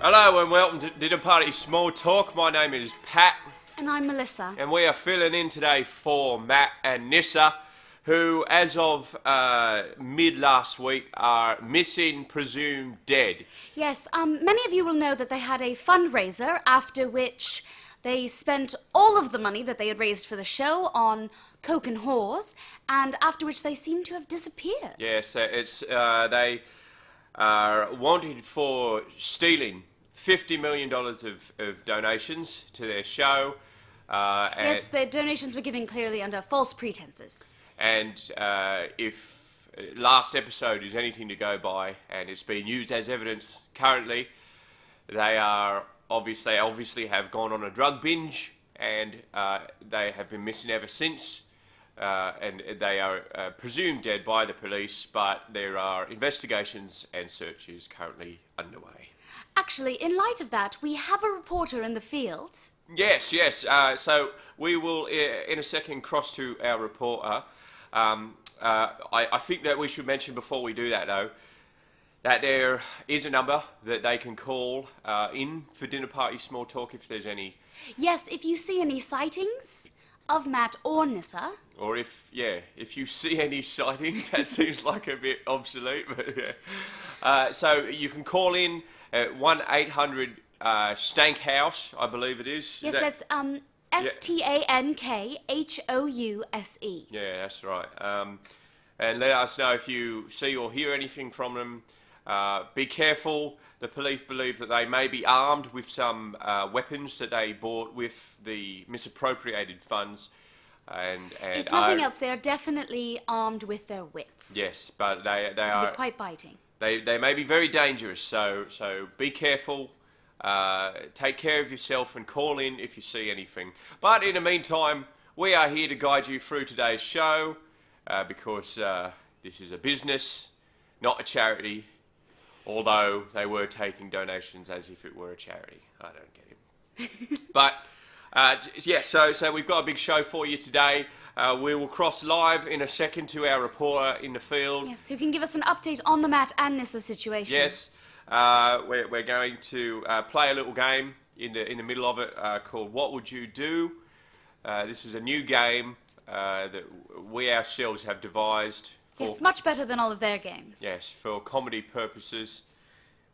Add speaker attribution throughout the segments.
Speaker 1: Hello and welcome to Dinner Party Small Talk. My name is Pat,
Speaker 2: And I'm Melissa.
Speaker 1: and we are filling in today for Matt and Nissa, who, as of uh, mid last week, are missing, presumed dead.
Speaker 2: Yes, um, many of you will know that they had a fundraiser after which they spent all of the money that they had raised for the show on coke and whores, and after which they seem to have disappeared.
Speaker 1: Yes, uh, it's uh, they are wanted for stealing fifty million dollars of, of donations to their show. Uh, and,
Speaker 2: Yes, their donations were given clearly under false pretenses.
Speaker 1: And uh, if uh, last episode is anything to go by, and it's being used as evidence currently, they are obviously they obviously have gone on a drug binge, and uh, they have been missing ever since. Uh, and they are uh, presumed dead by the police, but there are investigations and searches currently underway.
Speaker 2: Actually, in light of that, we have a reporter in the field.
Speaker 1: Yes, yes. Uh, so we will, uh, in a second, cross to our reporter. Um, uh, I, I think that we should mention before we do that, though, that there is a number that they can call uh, in for dinner party small talk if there's any,
Speaker 2: Yes, if you see any sightings of Matt or Nissa,
Speaker 1: or if yeah, if you see any sightings. that seems like a bit obsolete, but yeah. Uh, so you can call in at one eight hundred uh, Stank House, I believe it is. Is
Speaker 2: yes,
Speaker 1: that-
Speaker 2: that's um, S T A N K H O U S E.
Speaker 1: Yeah, that's right. Um, and let us know if you see or hear anything from them. Uh, be careful. The police believe that they may be armed with some uh, weapons that they bought with the misappropriated funds. And, and
Speaker 2: If nothing
Speaker 1: are-
Speaker 2: else, they are definitely armed with their wits.
Speaker 1: Yes, but they they
Speaker 2: It'll
Speaker 1: are
Speaker 2: be quite biting.
Speaker 1: they, they may be very dangerous. So so be careful. Uh, take care of yourself and call in if you see anything. But in the meantime, we are here to guide you through today's show uh, because uh, this is a business, not a charity. Although they were taking donations as if it were a charity. I don't get it. But uh, t- yeah, so so we've got a big show for you today. Uh, we will cross live in a second to our reporter in the field.
Speaker 2: Yes, who can give us an update on the Matt and Nissa situation?
Speaker 1: Yes, uh, we're, we're going to uh, play a little game in the in the middle of it uh, called "What Would You Do." Uh, this is a new game uh, that w- we ourselves have devised. For,
Speaker 2: Yes, much better than all of their games.
Speaker 1: yes, for comedy purposes.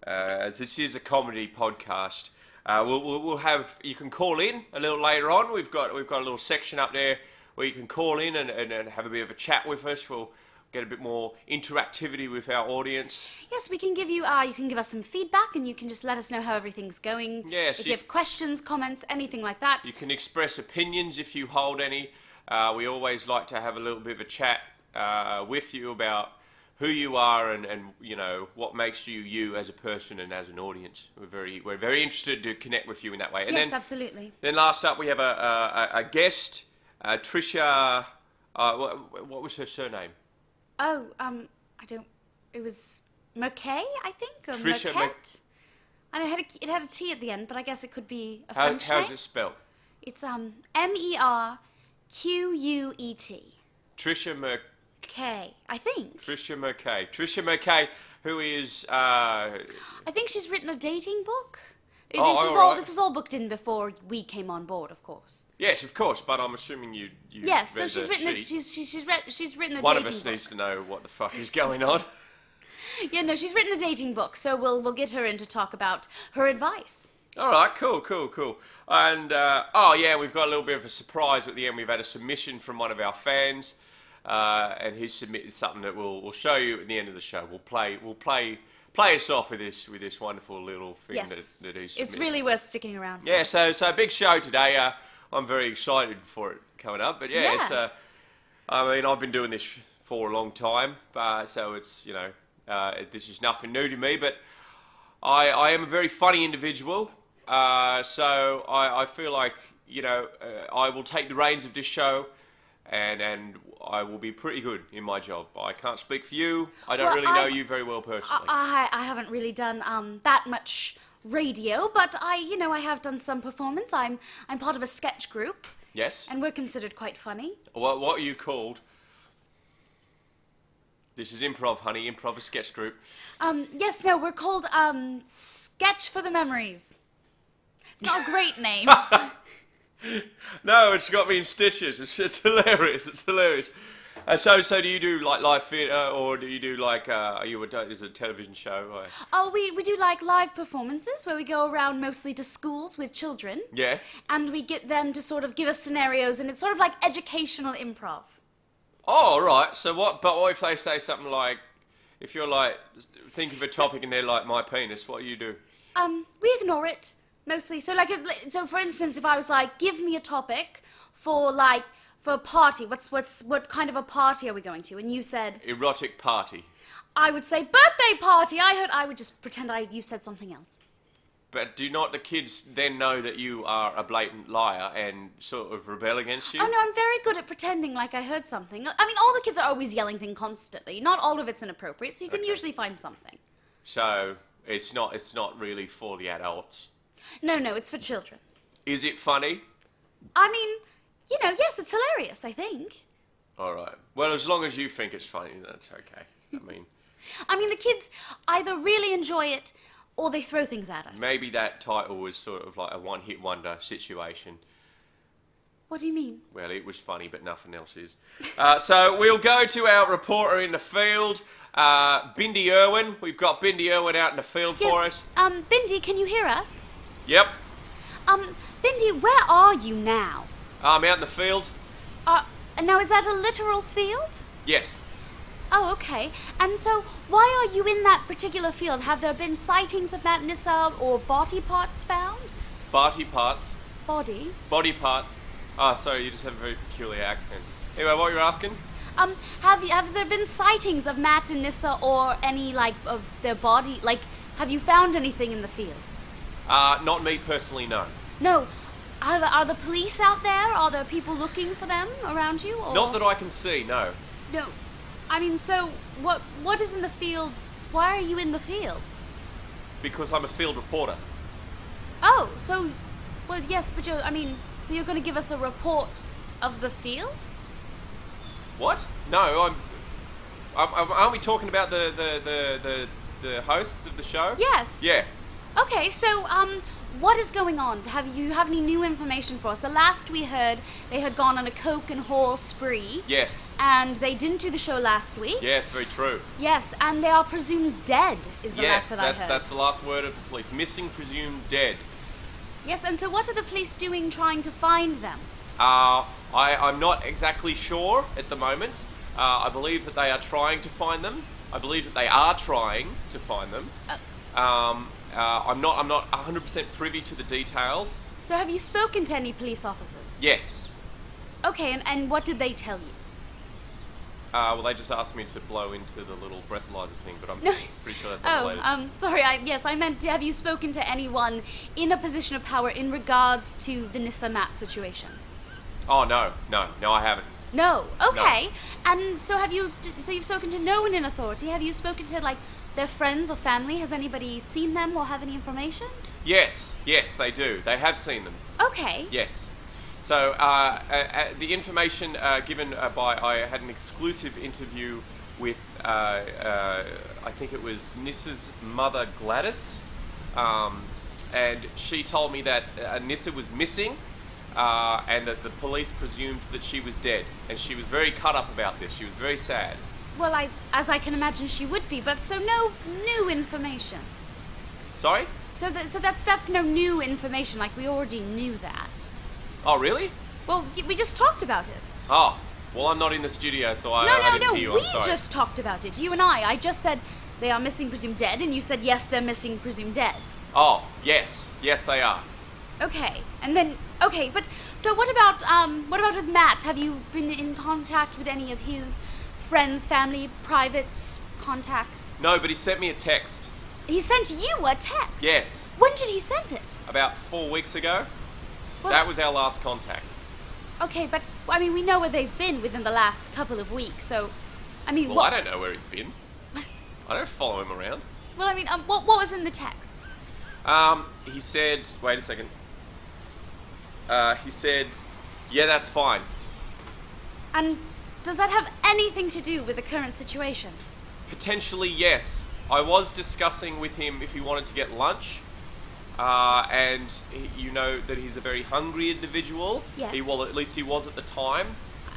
Speaker 1: Uh, as this is a comedy podcast, uh, we'll, we'll, we'll have you can call in a little later on. We've got we've got a little section up there where you can call in and, and, and have a bit of a chat with us. We'll get a bit more interactivity with our audience.
Speaker 2: Yes, we can give you. Uh, you can give us some feedback, and you can just let us know how everything's going.
Speaker 1: Yes,
Speaker 2: If
Speaker 1: you-
Speaker 2: you have questions, comments, anything like that.
Speaker 1: You can express opinions if you hold any. Uh, we always like to have a little bit of a chat uh, with you about who you are and, and you know what makes you you as a person and as an audience. We're very we're very interested to connect with you in that way. And
Speaker 2: yes,
Speaker 1: then
Speaker 2: absolutely.
Speaker 1: then last up we have a a, a- a guest, uh, Trisha. Uh, what, what was her surname?
Speaker 2: Oh, um, I don't. It was McKay, I think, or
Speaker 1: Tricia Mc-
Speaker 2: Marquette. I don't. It had, a, it had a T at the end, but I guess it could be a
Speaker 1: How,
Speaker 2: French
Speaker 1: how's
Speaker 2: name.
Speaker 1: it spelled?
Speaker 2: It's um M E R Q U E T
Speaker 1: Trisha Mer-
Speaker 2: K. I think.
Speaker 1: Trisha Merkay. Trisha Merkay, who is uh,
Speaker 2: I think she's written a dating book. This
Speaker 1: Oh,
Speaker 2: was
Speaker 1: all
Speaker 2: all,
Speaker 1: right.
Speaker 2: this was all booked in before we came on board, of course.
Speaker 1: yes, of course, but I'm assuming you. you
Speaker 2: Yes, so
Speaker 1: read
Speaker 2: she's
Speaker 1: the
Speaker 2: written a,
Speaker 1: sheet.
Speaker 2: she's, she's, she's, read, she's written a
Speaker 1: One of
Speaker 2: dating
Speaker 1: us
Speaker 2: book.
Speaker 1: needs to know what the fuck is going on.
Speaker 2: Yeah, no, she's written a dating book, so we'll we'll get her in to talk about her advice.
Speaker 1: All right, cool, cool, cool. And uh, oh yeah, we've got a little bit of a surprise at the end. We've had a submission from one of our fans, uh, and he's submitted something that we'll we'll show you at the end of the show. We'll play we'll play play us off with this with this wonderful little thing
Speaker 2: Yes.
Speaker 1: that that he's.
Speaker 2: it's
Speaker 1: submitted.
Speaker 2: really worth sticking around.
Speaker 1: yeah. So so a big show today. Uh, I'm very excited for it coming up. But yeah, it's.
Speaker 2: Yeah.
Speaker 1: Uh, I mean, I've been doing this for a long time, uh, so it's you know uh, this is nothing new to me. But I, I am a very funny individual, uh, so I, I feel like you know uh, I will take the reins of this show, and and I will be pretty good in my job. I can't speak for you. I don't
Speaker 2: Well,
Speaker 1: really know
Speaker 2: I've-
Speaker 1: you very well personally.
Speaker 2: I, I I haven't really done um that much radio, but I you know I have done some performance. I'm I'm part of a sketch group,
Speaker 1: yes.
Speaker 2: and we're considered quite funny.
Speaker 1: What what are you called? This is improv, honey. Improv a sketch group.
Speaker 2: Um, yes, no, we're called um, Sketch for the Memories. It's not a great name.
Speaker 1: No, it's got me in stitches. It's, it's hilarious. It's hilarious. Uh, so, so do you do like live theatre, or do you do like uh, are you a do- is it a television show? Or...
Speaker 2: oh, we, we do like live performances where we go around mostly to schools with children.
Speaker 1: Yeah.
Speaker 2: And we get them to sort of give us scenarios, and it's sort of like educational improv.
Speaker 1: Oh, all right. So what? But what if they say something like, if you're like, think of a topic and they're like my penis, what do you do?
Speaker 2: Um, we ignore it mostly. So like, if, so for instance, if I was like, give me a topic for like for a party. What's what's what kind of a party are we going to? And you said
Speaker 1: Erotic party.
Speaker 2: I would say birthday party. I heard I would just pretend I you said something else.
Speaker 1: But do not the kids then know that you are a blatant liar and sort of rebel against you?
Speaker 2: Oh no, I'm very good at pretending like I heard something. I mean, all the kids are always yelling things constantly. Not all of it's inappropriate, so you can
Speaker 1: Okay.
Speaker 2: usually find something.
Speaker 1: So it's not it's not really for the adults.
Speaker 2: No, no, it's for children.
Speaker 1: Is it funny?
Speaker 2: I mean, you know, yes, it's hilarious. I think.
Speaker 1: All right. Well, as long as you think it's funny, that's okay. I mean,
Speaker 2: I mean, the kids either really enjoy it or they throw things at us.
Speaker 1: maybe that title was sort of like a one-hit wonder situation.
Speaker 2: What do you mean?
Speaker 1: Well, it was funny, but nothing else is. Uh, so we'll go to our reporter in the field, uh, Bindi Irwin. We've got Bindi Irwin out in the field for us.
Speaker 2: Um, Bindi, can you hear us?
Speaker 1: Yep.
Speaker 2: Um, Bindi, where are you now?
Speaker 1: I'm out in the field.
Speaker 2: Uh, now is that a literal field?
Speaker 1: Yes.
Speaker 2: Oh, okay. And so, why are you in that particular field? Have there been sightings of that missile or body parts found?
Speaker 1: Body parts.
Speaker 2: Body.
Speaker 1: Body parts. Ah, sorry, you just have a very peculiar accent. Anyway, what were you asking?
Speaker 2: Um, have you, have there been sightings of Matt and Nissa or any like of their body? Like, have you found anything in the field?
Speaker 1: Uh, not me personally, no.
Speaker 2: No. Are the, are the police out there? Are there people looking for them around you? Or?
Speaker 1: Not that I can see, no.
Speaker 2: No, I mean, so what? What is in the field? Why are you in the field?
Speaker 1: Because I'm a field reporter.
Speaker 2: Oh, so, well, yes, but you're. I mean, so you're going to give us a report of the field?
Speaker 1: What? No, I'm. I'm, I'm aren't we talking about the, the, the, the, the hosts of the show?
Speaker 2: Yes.
Speaker 1: Yeah.
Speaker 2: Okay, so um, what is going on? Have you have any new information for us? The last we heard, they had gone on a coke and whore spree.
Speaker 1: Yes.
Speaker 2: And they didn't do the show last week.
Speaker 1: Yes, very true.
Speaker 2: Yes, and they are presumed dead. Is the
Speaker 1: yes,
Speaker 2: last that
Speaker 1: that's
Speaker 2: I heard.
Speaker 1: that's the last word of the police. Missing, presumed dead.
Speaker 2: Yes, and so what are the police doing trying to find them?
Speaker 1: Uh, I, I'm not exactly sure at the moment. Uh, I believe that they are trying to find them. I believe that they are trying to find them. Um, uh, I'm not. I'm not 100% privy to the details.
Speaker 2: So have you spoken to any police officers?
Speaker 1: Yes.
Speaker 2: Okay, and, and what did they tell you?
Speaker 1: Uh, well, they just asked me to blow into the little breathalyzer thing, but I'm
Speaker 2: No.
Speaker 1: pretty sure that's
Speaker 2: Oh,
Speaker 1: unrelated.
Speaker 2: um, sorry. I, yes, I meant to have you spoken to anyone in a position of power in regards to the Nissa Mat situation?
Speaker 1: oh no, no, no, I haven't.
Speaker 2: No. Okay. And so have you? d- So you've spoken to no one in authority. Have you spoken to like their friends or family? Has anybody seen them or have any information?
Speaker 1: Yes, yes, they do. They have seen them.
Speaker 2: Okay.
Speaker 1: Yes. So uh, uh, uh, the information uh, given uh, by I had an exclusive interview with uh, uh, I think it was Nissa's mother Gladys, um, and she told me that uh, Nissa was missing, uh, and that the police presumed that she was dead, and she was very cut up about this. She was very sad.
Speaker 2: Well, I, as I can imagine, she would be. But so no new information.
Speaker 1: Sorry?
Speaker 2: So that, so that's that's no new information. Like we already knew that.
Speaker 1: Oh really?
Speaker 2: Well, y- we just talked about it.
Speaker 1: Oh. Well, I'm not in the studio, so I,
Speaker 2: No,
Speaker 1: I
Speaker 2: no,
Speaker 1: didn't
Speaker 2: no.
Speaker 1: hear you.
Speaker 2: We
Speaker 1: I'm sorry.
Speaker 2: just talked about it. You and I. I just said they are missing, presumed dead, and you said yes, they're missing, presumed dead.
Speaker 1: Oh, yes. Yes, they are.
Speaker 2: Okay. And then okay, but so what about um what about with Matt? Have you been in contact with any of his friends, family, private contacts?
Speaker 1: No, but he sent me a text.
Speaker 2: He sent you a text.
Speaker 1: Yes.
Speaker 2: When did he send it?
Speaker 1: about four weeks ago.
Speaker 2: Well,
Speaker 1: that was our last contact.
Speaker 2: okay, but I mean we know where they've been within the last couple of weeks, so I mean
Speaker 1: Well,
Speaker 2: what
Speaker 1: I don't know where he's been. I don't follow him around.
Speaker 2: Well, I mean um, what what was in the text?
Speaker 1: Um, he said, wait a second. Uh, he said, yeah, that's fine.
Speaker 2: And Does that have anything to do with the current situation?
Speaker 1: Potentially, yes. I was discussing with him if he wanted to get lunch. Uh, and he- you know that he's a very hungry individual.
Speaker 2: Yes.
Speaker 1: He well, at least he was at the time.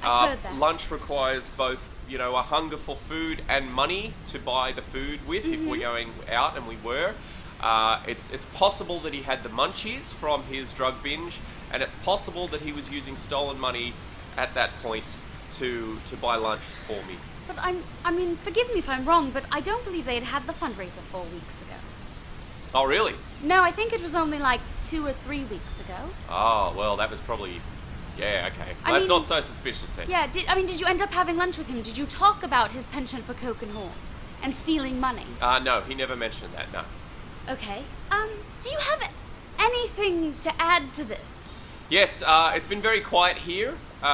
Speaker 1: Uh,
Speaker 2: I've heard that.
Speaker 1: Lunch requires both, you know, a hunger for food and money to buy the food with if
Speaker 2: Mm-hmm.
Speaker 1: we're going out, and we were. Uh, it's it's possible that he had the munchies from his drug binge, and it's possible that he was using stolen money at that point to to buy lunch for me.
Speaker 2: But I'm, I mean, forgive me if I'm wrong, but I don't believe they had had the fundraiser four weeks ago.
Speaker 1: Oh, really?
Speaker 2: No, I think it was only like two or three weeks ago.
Speaker 1: Oh, well, that was probably. Yeah, okay.
Speaker 2: I
Speaker 1: That's
Speaker 2: mean-
Speaker 1: not so suspicious then.
Speaker 2: Yeah, did, I mean, did you end up having lunch with him? Did you talk about his penchant for coke and horse and stealing money?
Speaker 1: Uh, no, he never mentioned that, no.
Speaker 2: Okay. Um, do you have anything to add to this?
Speaker 1: Yes, uh, it's been very quiet here. Uh,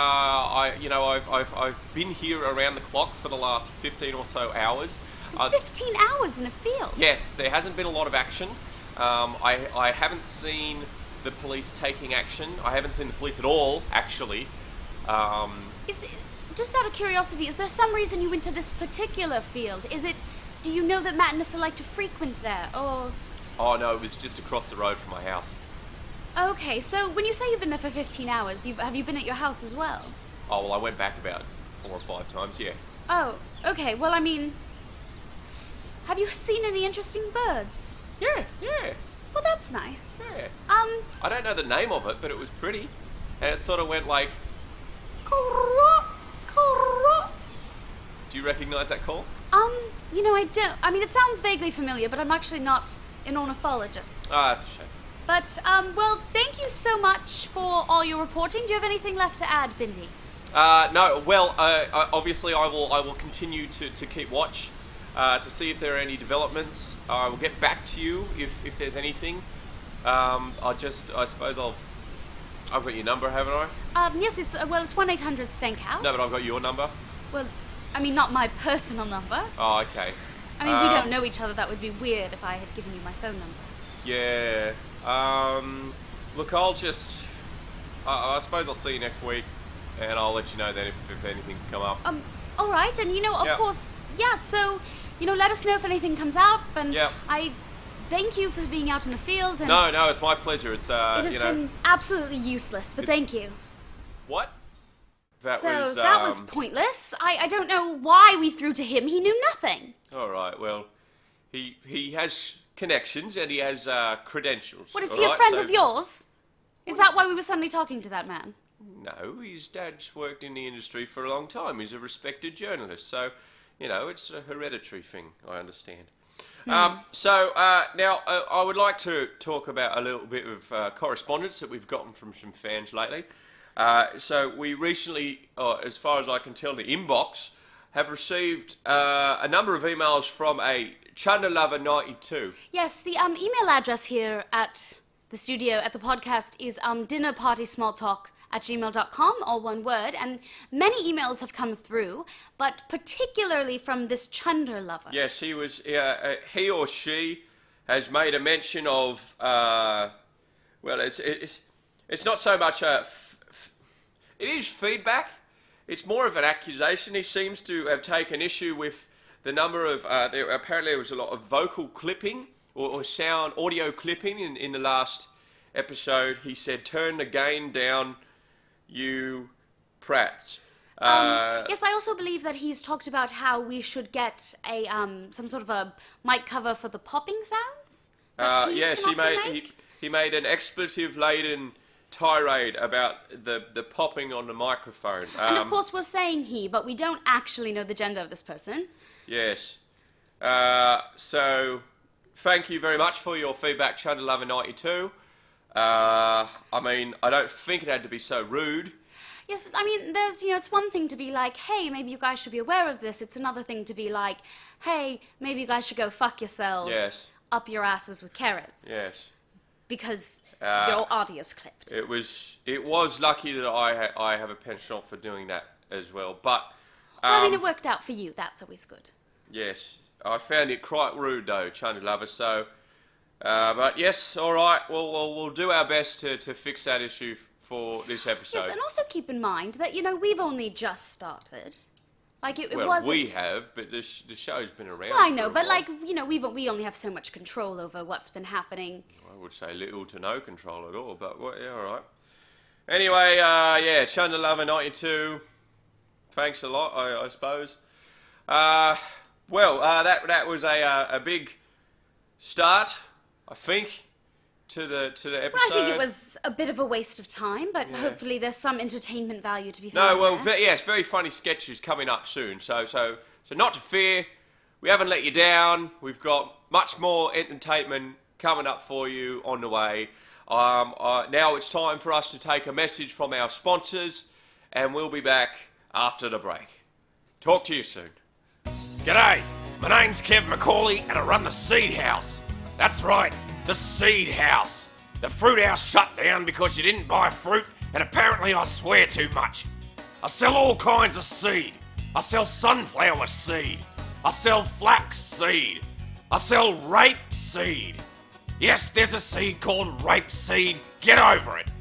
Speaker 1: I, you know, I've, I've, I've been here around the clock for the last 15 or so hours. Uh,
Speaker 2: 15 hours in a field.
Speaker 1: yes, there hasn't been a lot of action. Um, I, I haven't seen the police taking action. I haven't seen the police at all, actually. Um,
Speaker 2: Is th- just out of curiosity, is there some reason you went to this particular field? Is it, do you know that Matt and Nissa like to frequent there? Or,
Speaker 1: oh no, it was just across the road from my house.
Speaker 2: okay, so when you say you've been there for 15 hours, you've, have you been at your house as well?
Speaker 1: Oh well, I went back about four or five times. Yeah.
Speaker 2: Oh, okay, well, I mean, have you seen any interesting birds?
Speaker 1: Yeah, yeah,
Speaker 2: Well, that's nice.
Speaker 1: yeah.
Speaker 2: Um,
Speaker 1: I don't know the name of it, but it was pretty, and it sort of went like, "Do you recognise that call?"
Speaker 2: um, you know, I don't, I mean, it sounds vaguely familiar, but I'm actually not an ornithologist.
Speaker 1: Ah, that's a shame.
Speaker 2: But, um, well, thank you so much for all your reporting. Do you have anything left to add, Bindi?
Speaker 1: Uh, no, well, uh, uh, obviously I will. I will continue to, to keep watch uh, to see if there are any developments. I will get back to you if, if there's anything. Um, I just, I suppose I'll. I've got your number, haven't I?
Speaker 2: Um, yes, it's, uh, well, it's 1 800 Stankhouse.
Speaker 1: No, but I've got your number.
Speaker 2: Well, I mean, not my personal number.
Speaker 1: Oh, okay.
Speaker 2: I mean, we
Speaker 1: Um,
Speaker 2: don't know each other. That would be weird if I had given you my phone number.
Speaker 1: Yeah. Um, look, I'll just. I, I suppose I'll see you next week, and I'll let you know then if, if anything's come up.
Speaker 2: Um, all right, and you know, of
Speaker 1: Yeah.
Speaker 2: course, yeah. So, you know, let us know if anything comes up, and
Speaker 1: Yeah.
Speaker 2: I thank you for being out in the field. And
Speaker 1: No, no, it's my pleasure. It's uh,
Speaker 2: it has
Speaker 1: you know
Speaker 2: been absolutely useless, but
Speaker 1: It's-
Speaker 2: thank you.
Speaker 1: what? That
Speaker 2: so
Speaker 1: was.
Speaker 2: that was
Speaker 1: um,
Speaker 2: pointless. I, I don't know why we threw to him. He knew nothing.
Speaker 1: All right. Well, he he has connections and he has uh, credentials.
Speaker 2: What is
Speaker 1: all
Speaker 2: he a
Speaker 1: right?
Speaker 2: friend
Speaker 1: So-
Speaker 2: of yours? Is that why we were suddenly talking to that man?
Speaker 1: No, his dad's worked in the industry for a long time. He's a respected journalist, so you know it's a hereditary thing. I understand. Um, so uh, now uh, I would like to talk about a little bit of uh, correspondence that we've gotten from some fans lately. Uh, so we recently, uh, as far as I can tell, the inbox have received uh, a number of emails from a Chandralover ninety two.
Speaker 2: Yes, the um, email address here at the studio at the podcast is um, dinnerpartysmalltalk at gmail.com, all one word. And many emails have come through, but particularly from this chunder lover.
Speaker 1: Yes, he was. Uh, uh, he or she has made a mention of. Uh, well, it's it's it's not so much a. F- f- it is feedback. It's more of an accusation. He seems to have taken issue with the number of. Uh, there, apparently, there was a lot of vocal clipping or, or sound audio clipping in, in the last episode. He said, "Turn the gain down, you Uh, prat."
Speaker 2: Um, yes, I also believe that he's talked about how we should get a um, some sort of a mic cover for the popping sounds. that
Speaker 1: Uh,
Speaker 2: peas
Speaker 1: yes,
Speaker 2: can
Speaker 1: he
Speaker 2: often
Speaker 1: made
Speaker 2: make.
Speaker 1: He, he made an expletive-laden tirade about the the popping on the microphone.
Speaker 2: and of
Speaker 1: Um,
Speaker 2: course, we're saying he, but we don't actually know the gender of this person.
Speaker 1: yes. Uh, so, thank you very much for your feedback, Chandler Lover ninety two. Uh, I mean, I don't think it had to be so rude.
Speaker 2: Yes, I mean, there's, you know, it's one thing to be like, hey, maybe you guys should be aware of this. It's another thing to be like, hey, maybe you guys should go fuck yourselves
Speaker 1: Yes.
Speaker 2: up your asses with carrots
Speaker 1: Yes.
Speaker 2: because
Speaker 1: Uh,
Speaker 2: your audio's clipped.
Speaker 1: It was it was lucky that I ha- I have a penchant for doing that as well, but. Um,
Speaker 2: I mean, it worked out for you. That's always good.
Speaker 1: Yes, I found it quite rude though, Chundy Lover. So, uh, but yes, all right. Well, we'll we'll do our best to, to fix that issue f- for this episode.
Speaker 2: Yes, and also keep in mind that, you know, we've only just started. Like, it, it
Speaker 1: well,
Speaker 2: wasn't.
Speaker 1: we have, but the, sh- the show's been around.
Speaker 2: I
Speaker 1: for
Speaker 2: know,
Speaker 1: a
Speaker 2: but
Speaker 1: while.
Speaker 2: like, you know, we've, we only have so much control over what's been happening.
Speaker 1: I would say little to no control at all, but well, yeah, all right. Anyway, uh, yeah, Chunda Lover 92. Thanks a lot, I, I suppose. Uh, well, uh, that that was a uh, a big start, I think, to the to the
Speaker 2: Well,
Speaker 1: episode.
Speaker 2: I think it was a bit of a waste of time, but
Speaker 1: Yeah.
Speaker 2: hopefully there's some entertainment value to be found.
Speaker 1: No, well,
Speaker 2: there.
Speaker 1: ve- yes, very funny sketches coming up soon. So, so, so not to fear, we haven't let you down. We've got much more entertainment coming up for you on the way. Um, uh, now it's time for us to take a message from our sponsors, and we'll be back after the break. Talk to you soon.
Speaker 3: G'day, my name's Kev McCauley and I run the Seed House. That's right, the Seed House. The fruit house shut down because you didn't buy fruit and apparently I swear too much. I sell all kinds of seed. I sell sunflower seed. I sell flax seed. I sell rape seed. Yes, there's a seed called rape seed. Get over it.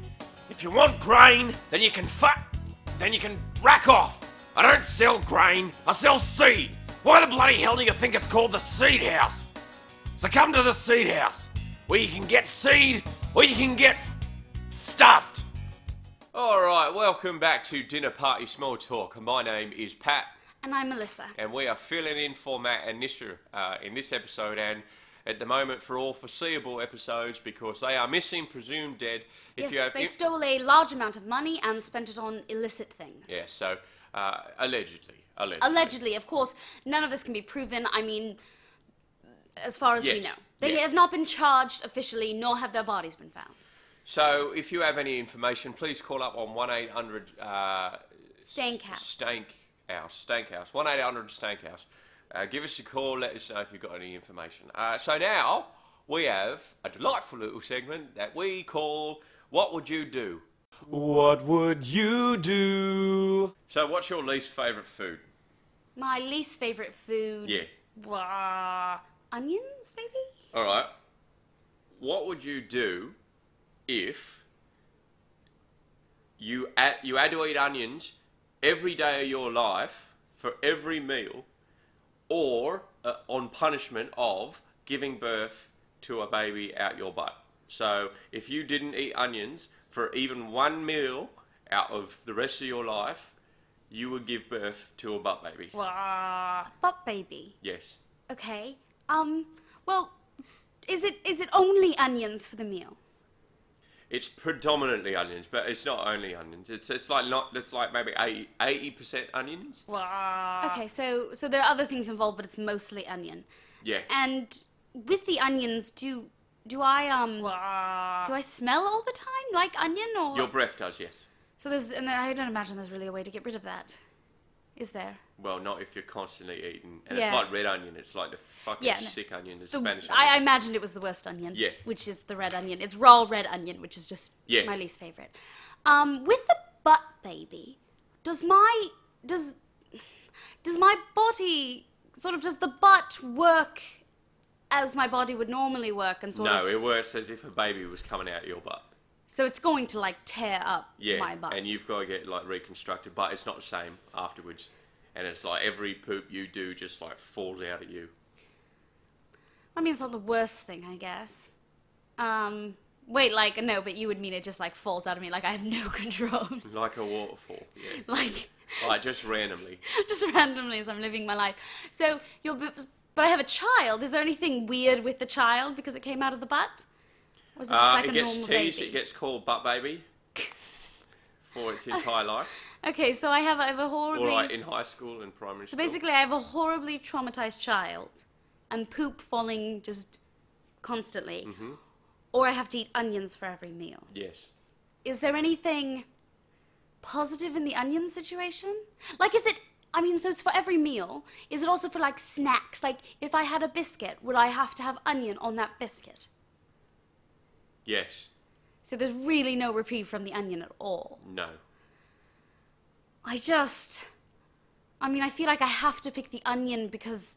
Speaker 3: If you want grain, then you can fuck. Then you can rack off. I don't sell grain, I sell seed. Why the bloody hell do you think it's called the seed house? So come to the seed house, where you can get seed, or you can get stuffed.
Speaker 1: All right, welcome back to Dinner Party Small Talk. My name is Pat,
Speaker 2: And I'm Melissa.
Speaker 1: and we are filling in for Matt and Nisha uh, in this episode, and at the moment for all foreseeable episodes because they are missing, presumed dead. If you
Speaker 2: Yes,
Speaker 1: have
Speaker 2: they
Speaker 1: in-
Speaker 2: stole a large amount of money and spent it on illicit things.
Speaker 1: yeah, so uh, allegedly, allegedly,
Speaker 2: Allegedly, of course, none of this can be proven. I mean, as far as we
Speaker 1: Yet.
Speaker 2: know, they
Speaker 1: Yet.
Speaker 2: have not been charged officially, nor have their bodies been found.
Speaker 1: So if you have any information, please call up on one eight hundred uh,
Speaker 2: Stankhouse.
Speaker 1: Stank House, Stank House, one eight hundred Stank House. Uh, give us a call. Let us know if you've got any information. Uh, so now we have a delightful little segment that we call "What Would You Do."
Speaker 3: What would you do?
Speaker 1: So, what's your least favourite food?
Speaker 2: My least favorite food.
Speaker 1: Yeah.
Speaker 2: Wah, onions, maybe.
Speaker 1: All right. What would you do if you had, you had to eat onions every day of your life for every meal, or uh, on punishment of giving birth to a baby out your butt? So if you didn't eat onions for even one meal out of the rest of your life, you would give birth to a butt baby.
Speaker 2: Wah, but baby.
Speaker 1: Yes.
Speaker 2: Okay. Um. Well, is it is it only onions for the meal?
Speaker 1: It's predominantly onions, but it's not only onions. It's it's like not it's like maybe 80 percent onions. Uh.
Speaker 2: Okay. So so there are other things involved, but it's mostly onion.
Speaker 1: Yeah.
Speaker 2: And with the onions, do do I um do I smell all the time like onion or
Speaker 1: Your breath does, yes.
Speaker 2: so there's and I don't imagine there's really a way to get rid of that, is there?
Speaker 1: Well, not if you're constantly eating. And
Speaker 2: Yeah.
Speaker 1: it's like red onion. It's like the fucking
Speaker 2: Yeah, no.
Speaker 1: sick onion, the,
Speaker 2: The-
Speaker 1: Spanish onion.
Speaker 2: I, I imagined it was the worst onion.
Speaker 1: Yeah.
Speaker 2: Which is the red onion. It's raw red onion, which is just
Speaker 1: Yeah.
Speaker 2: my least favorite. Um, with the butt baby, does my does does my body sort of does the butt work as my body would normally work and sort
Speaker 1: no,
Speaker 2: of
Speaker 1: it works as if a baby was coming out your butt.
Speaker 2: so it's going to like tear up
Speaker 1: Yeah.
Speaker 2: my butt.
Speaker 1: And you've got to get like reconstructed, but it's not the same afterwards. And it's like every poop you do just like falls out at you.
Speaker 2: I mean, it's not the worst thing, I guess. Um, wait, like no, but you would mean it just like falls out of me, like I have no control,
Speaker 1: Like a waterfall. Yeah.
Speaker 2: like
Speaker 1: like just randomly.
Speaker 2: just randomly as I'm living my life. So you're, b- but I have a child. Is there anything weird with the child because it came out of the butt? Or is it just
Speaker 1: Uh,
Speaker 2: like
Speaker 1: it
Speaker 2: a
Speaker 1: gets
Speaker 2: normal
Speaker 1: teased,
Speaker 2: baby?
Speaker 1: it gets called butt baby for its entire life.
Speaker 2: Okay, so I have I have a
Speaker 1: All
Speaker 2: horribly
Speaker 1: right, in high school and primary
Speaker 2: so
Speaker 1: school.
Speaker 2: basically I have a horribly traumatized child, and poop falling just constantly, or I have to eat onions for every meal.
Speaker 1: yes.
Speaker 2: is there anything positive in the onion situation? Like, is it? I mean, so it's for every meal. Is it also for like snacks? Like, if I had a biscuit, would I have to have onion on that biscuit?
Speaker 1: Yes.
Speaker 2: So there's really no reprieve from the onion at all.
Speaker 1: No.
Speaker 2: I just. I mean, I feel like I have to pick the onion because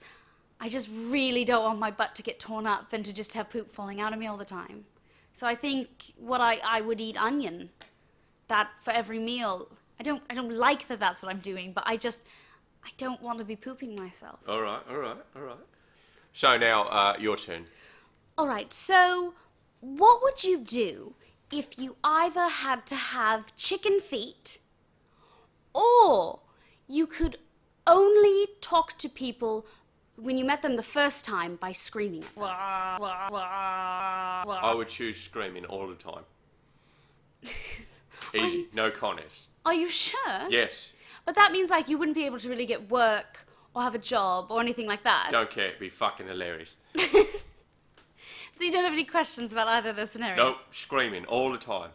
Speaker 2: I just really don't want my butt to get torn up and to just have poop falling out of me all the time. So I think what I, I would eat onion. that for every meal. I don't I don't like that that's what I'm doing, but I just I don't want to be pooping myself.
Speaker 1: All right, all right, all right. So now, uh, your turn.
Speaker 2: All right, so what would you do if you either had to have chicken feet or you could only talk to people when you met them the first time by screaming at them? Oh.
Speaker 1: I would choose screaming all the time. Easy, no contest.
Speaker 2: Are you sure?
Speaker 1: Yes,
Speaker 2: But that means like you wouldn't be able to really get work or have a job or anything like that.
Speaker 1: don't care. It'd be fucking hilarious.
Speaker 2: So you don't have any questions about either of those scenarios.
Speaker 1: Nope, screaming all the time.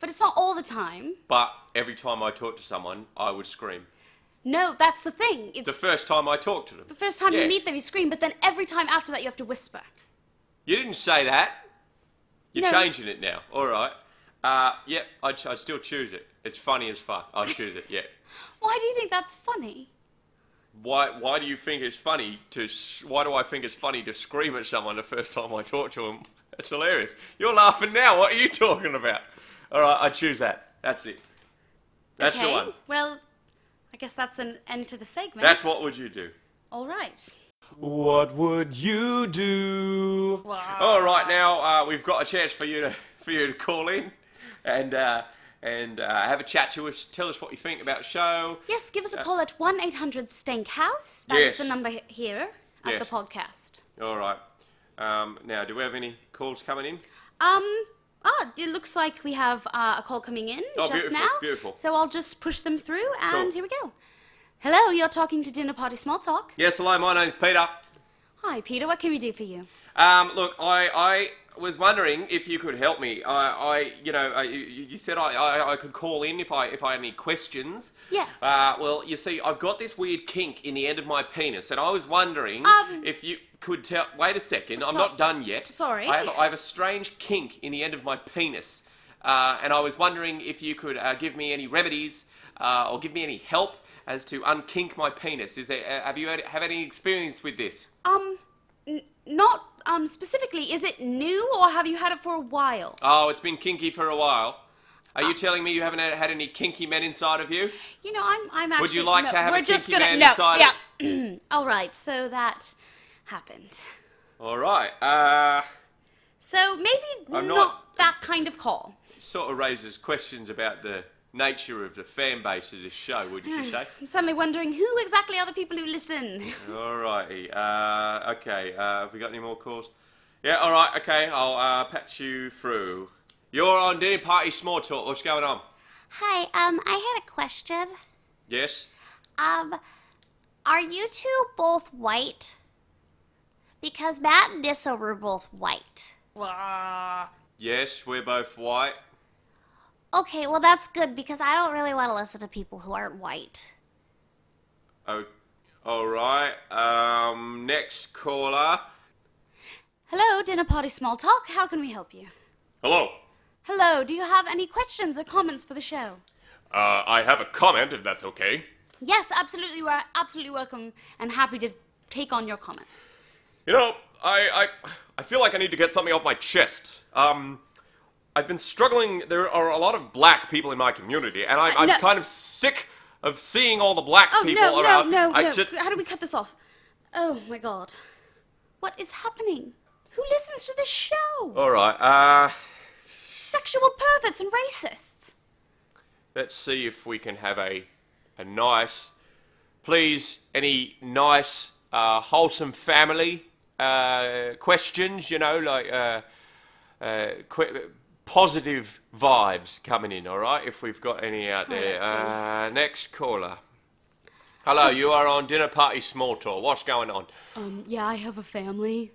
Speaker 2: But it's not all the time.
Speaker 1: But every time I talk to someone, I would scream.
Speaker 2: No, that's the thing. It's
Speaker 1: The first time I talk to them.
Speaker 2: the first time
Speaker 1: Yeah.
Speaker 2: you meet them, you scream, but then every time after that, you have to whisper.
Speaker 1: You didn't say that. You're
Speaker 2: No.
Speaker 1: changing it now. All right. Uh, yep, I ch- I'd still choose it. It's funny as fuck. I'd choose it, yeah.
Speaker 2: Why do you think that's funny?
Speaker 1: Why, why do you think it's funny to... s- Why do I think it's funny to scream at someone the first time I talk to them? It's hilarious. You're laughing now. What are you talking about? All right, I choose that. That's it. That's
Speaker 2: okay.
Speaker 1: the one.
Speaker 2: Well, I guess that's an end to the segment.
Speaker 1: That's what would you do?
Speaker 2: All right.
Speaker 1: What would you do?
Speaker 2: Oh.
Speaker 1: All right, now uh, we've got a chance for you to for you to call in and uh, and uh, have a chat to us. Tell us what you think about the show.
Speaker 2: Yes, give us a call at 1 800 Stenkhouse. That's
Speaker 1: Uh, Yes.
Speaker 2: the number he- here at
Speaker 1: Yes.
Speaker 2: the podcast.
Speaker 1: All right. Um, now, do we have any calls coming in?
Speaker 2: Um. Ah, it looks like we have uh, a call coming in
Speaker 1: Oh,
Speaker 2: just
Speaker 1: beautiful,
Speaker 2: now.
Speaker 1: beautiful.
Speaker 2: So I'll just push them through, and
Speaker 1: Cool.
Speaker 2: here we go. Hello, you're talking to Dinner Party Small Talk.
Speaker 1: Yes, hello. My name's Peter.
Speaker 2: Hi, Peter. What can we do for you?
Speaker 1: Um, look, I, I was wondering if you could help me. I, I you know, I, you, you said I, I, I could call in if I if I had any questions.
Speaker 2: Yes.
Speaker 1: Uh, well, you see, I've got this weird kink in the end of my penis, and I was wondering
Speaker 2: Um,
Speaker 1: if you could tell. Wait a second, I'm
Speaker 2: So-
Speaker 1: not done yet.
Speaker 2: Sorry.
Speaker 1: I have, I have a strange kink in the end of my penis, uh, and I was wondering if you could uh, give me any remedies uh, or give me any help as to unkink my penis. Is there, uh, have you had, have any experience with this?
Speaker 2: Um, n- not um specifically. Is it new or have you had it for a while?
Speaker 1: Oh, it's been kinky for a while. Are you telling me you haven't had- had any kinky men inside of you?
Speaker 2: You know, I'm I'm actually.
Speaker 1: you like
Speaker 2: no,
Speaker 1: to have a
Speaker 2: We're just
Speaker 1: kinky
Speaker 2: gonna
Speaker 1: man
Speaker 2: no.
Speaker 1: inside
Speaker 2: yeah. All right. So that happened.
Speaker 1: All right. Uh,
Speaker 2: So maybe
Speaker 1: I'm not-
Speaker 2: that kind of call.
Speaker 1: sort of raises questions about the nature of the fan base of this show, wouldn't you say?
Speaker 2: I'm suddenly wondering who exactly are the people who listen.
Speaker 1: All righty. Uh, okay. Uh, have we got any more calls? Yeah. All right. Okay. I'll uh, patch you through. You're on dinner party small talk. What's going on?
Speaker 4: Hi, um, I had a question.
Speaker 1: Yes.
Speaker 4: Um, are you two both white? Because Matt and Nissa were both white.
Speaker 1: Yes. We're both white.
Speaker 4: Okay, well, that's good because I don't really want to listen to people who aren't white.
Speaker 1: Oh. All right. Um. Next caller.
Speaker 2: Hello, Dinner Party Small Talk. How can we help you?
Speaker 3: Hello.
Speaker 2: Hello, do you have any questions or comments for the show?
Speaker 3: Uh, I have a comment, if that's okay.
Speaker 2: Yes, absolutely. We're absolutely welcome and happy to take on your comments.
Speaker 3: You know, I, I, I feel like I need to get something off my chest. Um, I've been struggling. There are a lot of black people in my community, and I,
Speaker 2: Uh,
Speaker 3: I'm
Speaker 2: no.
Speaker 3: kind of sick of seeing all the black
Speaker 2: Oh,
Speaker 3: people
Speaker 2: no,
Speaker 3: around.
Speaker 2: no, no,
Speaker 3: I
Speaker 2: no.
Speaker 3: just,
Speaker 2: How do we cut this off? Oh, my God. What is happening? Who listens to this show? Oh.
Speaker 1: All right. Uh.
Speaker 2: Sexual perverts and racists.
Speaker 1: Let's see if we can have a a nice, please, any nice, uh, wholesome family uh, questions. You know, like uh, uh, que- positive vibes coming in. All right, if we've got any out there. Uh,
Speaker 2: let's
Speaker 1: next caller. Hello, you are on dinner party small talk. What's going on?
Speaker 2: Um, yeah, I have a family.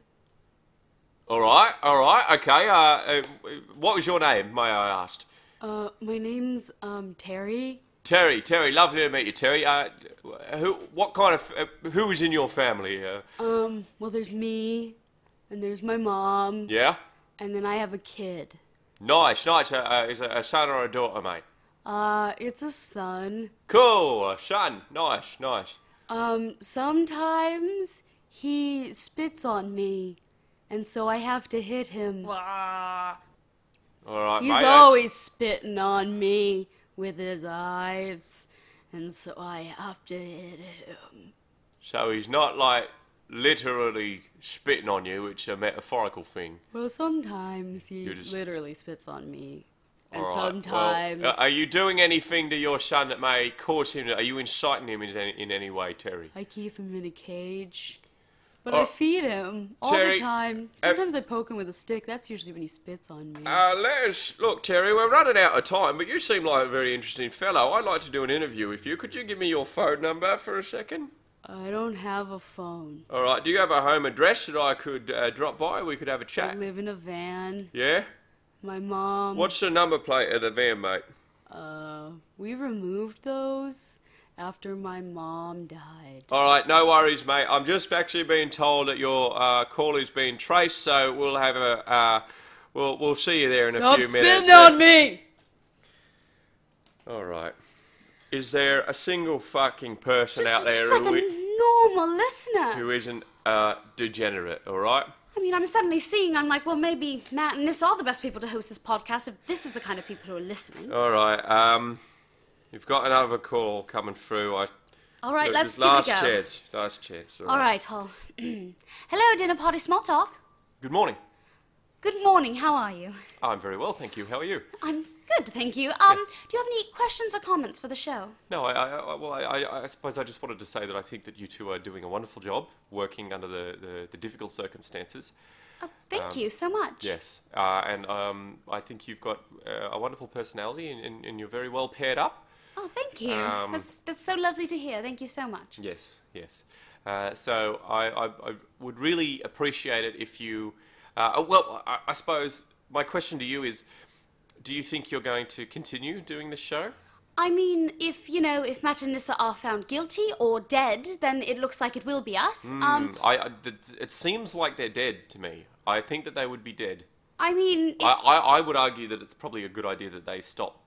Speaker 1: All right, all right, okay. Uh, uh, what was your name, may I ask?
Speaker 2: Uh, my name's, um, Terry.
Speaker 1: Terry, Terry, lovely to meet you, Terry. Uh, who, what kind of, uh, who is in your family? Uh,
Speaker 2: Um, well, there's me, and there's my mom,
Speaker 1: yeah,
Speaker 2: and then I have a kid.
Speaker 1: nice, nice. Uh, uh, is it a son or a daughter, mate?
Speaker 2: Uh, it's a son.
Speaker 1: Cool, a son, nice, nice.
Speaker 2: Um, sometimes he spits on me, and so I have to hit him.
Speaker 1: All right,
Speaker 2: He's
Speaker 1: mate, that's-
Speaker 2: always spitting on me with his eyes, and so I have to hit him.
Speaker 1: So he's not like literally spitting on you, it's a metaphorical thing.
Speaker 2: Well, sometimes he
Speaker 1: You're just-
Speaker 2: literally spits on me, and
Speaker 1: All right, well,
Speaker 2: sometimes
Speaker 1: uh, are you doing anything to your son that may cause him to. Are you inciting him in any, in any way, Terry?
Speaker 2: I keep him in a cage. But
Speaker 1: All
Speaker 2: I
Speaker 1: right.
Speaker 2: feed him all
Speaker 1: Terry,
Speaker 2: the time. Sometimes I poke him with a stick. That's usually when he spits on me.
Speaker 1: Uh, let us look, Terry. We're running out of time, but you seem like a very interesting fellow. I'd like to do an interview with you. Could you give me your phone number for a second?
Speaker 2: I don't have a phone.
Speaker 1: All right. Do you have a home address that I could uh, drop by? We could have a
Speaker 2: I
Speaker 1: chat.
Speaker 2: live in a van.
Speaker 1: Yeah.
Speaker 2: My mom.
Speaker 1: What's the number plate of the van, mate?
Speaker 2: Uh, we removed those after my mom died.
Speaker 1: All right, no worries, mate. I'm just actually being told that your uh, call is being traced, so we'll have a uh, we'll we'll see you there in a
Speaker 2: Stop
Speaker 1: few minutes.
Speaker 2: spitting on me!
Speaker 1: All right. Is there a single fucking person
Speaker 2: Just,
Speaker 1: out there
Speaker 2: just like
Speaker 1: who,
Speaker 2: a normal listener.
Speaker 1: who isn't uh, degenerate? All right.
Speaker 2: I mean, I'm suddenly seeing, I'm like, well, maybe Matt and Nis are the best people to host this podcast if this is the kind of people who are listening.
Speaker 1: All right. Um, you've got another call coming through. I
Speaker 2: All right,
Speaker 1: look,
Speaker 2: let's
Speaker 1: just
Speaker 2: give it
Speaker 1: last
Speaker 2: a go.
Speaker 1: chance. Last chance.
Speaker 2: All right, Hall. Hello, dinner party small talk.
Speaker 1: Good morning.
Speaker 2: Good morning, how are you?
Speaker 1: I'm very well, thank you. How are you?
Speaker 2: I'm good, thank you. Um,
Speaker 1: Yes.
Speaker 2: do you have any questions or comments for the show?
Speaker 1: No, I, I, I well, I, I, I suppose I just wanted to say that I think that you two are doing a wonderful job working under the, the, the difficult circumstances.
Speaker 2: Oh,
Speaker 1: Um,
Speaker 2: thank you so much.
Speaker 1: Yes, uh, and um, I think you've got uh, a wonderful personality, and, and, and you're very well paired up.
Speaker 2: Oh, thank you.
Speaker 1: Um,
Speaker 2: that's that's so lovely to hear. Thank you so much.
Speaker 1: Yes, yes. Uh, so I, I, I would really appreciate it if you. Uh, oh, well, I, I suppose my question to you is: Do you think you're going to continue doing this show?
Speaker 2: I mean, if you know, if Matt and Nissa are found guilty or dead, then it looks like it will be us.
Speaker 1: Hmm.
Speaker 2: Um,
Speaker 1: I, I, it- it seems like they're dead to me. I think that they would be dead.
Speaker 2: I mean, it-
Speaker 1: I, I, I would argue that it's probably a good idea that they stop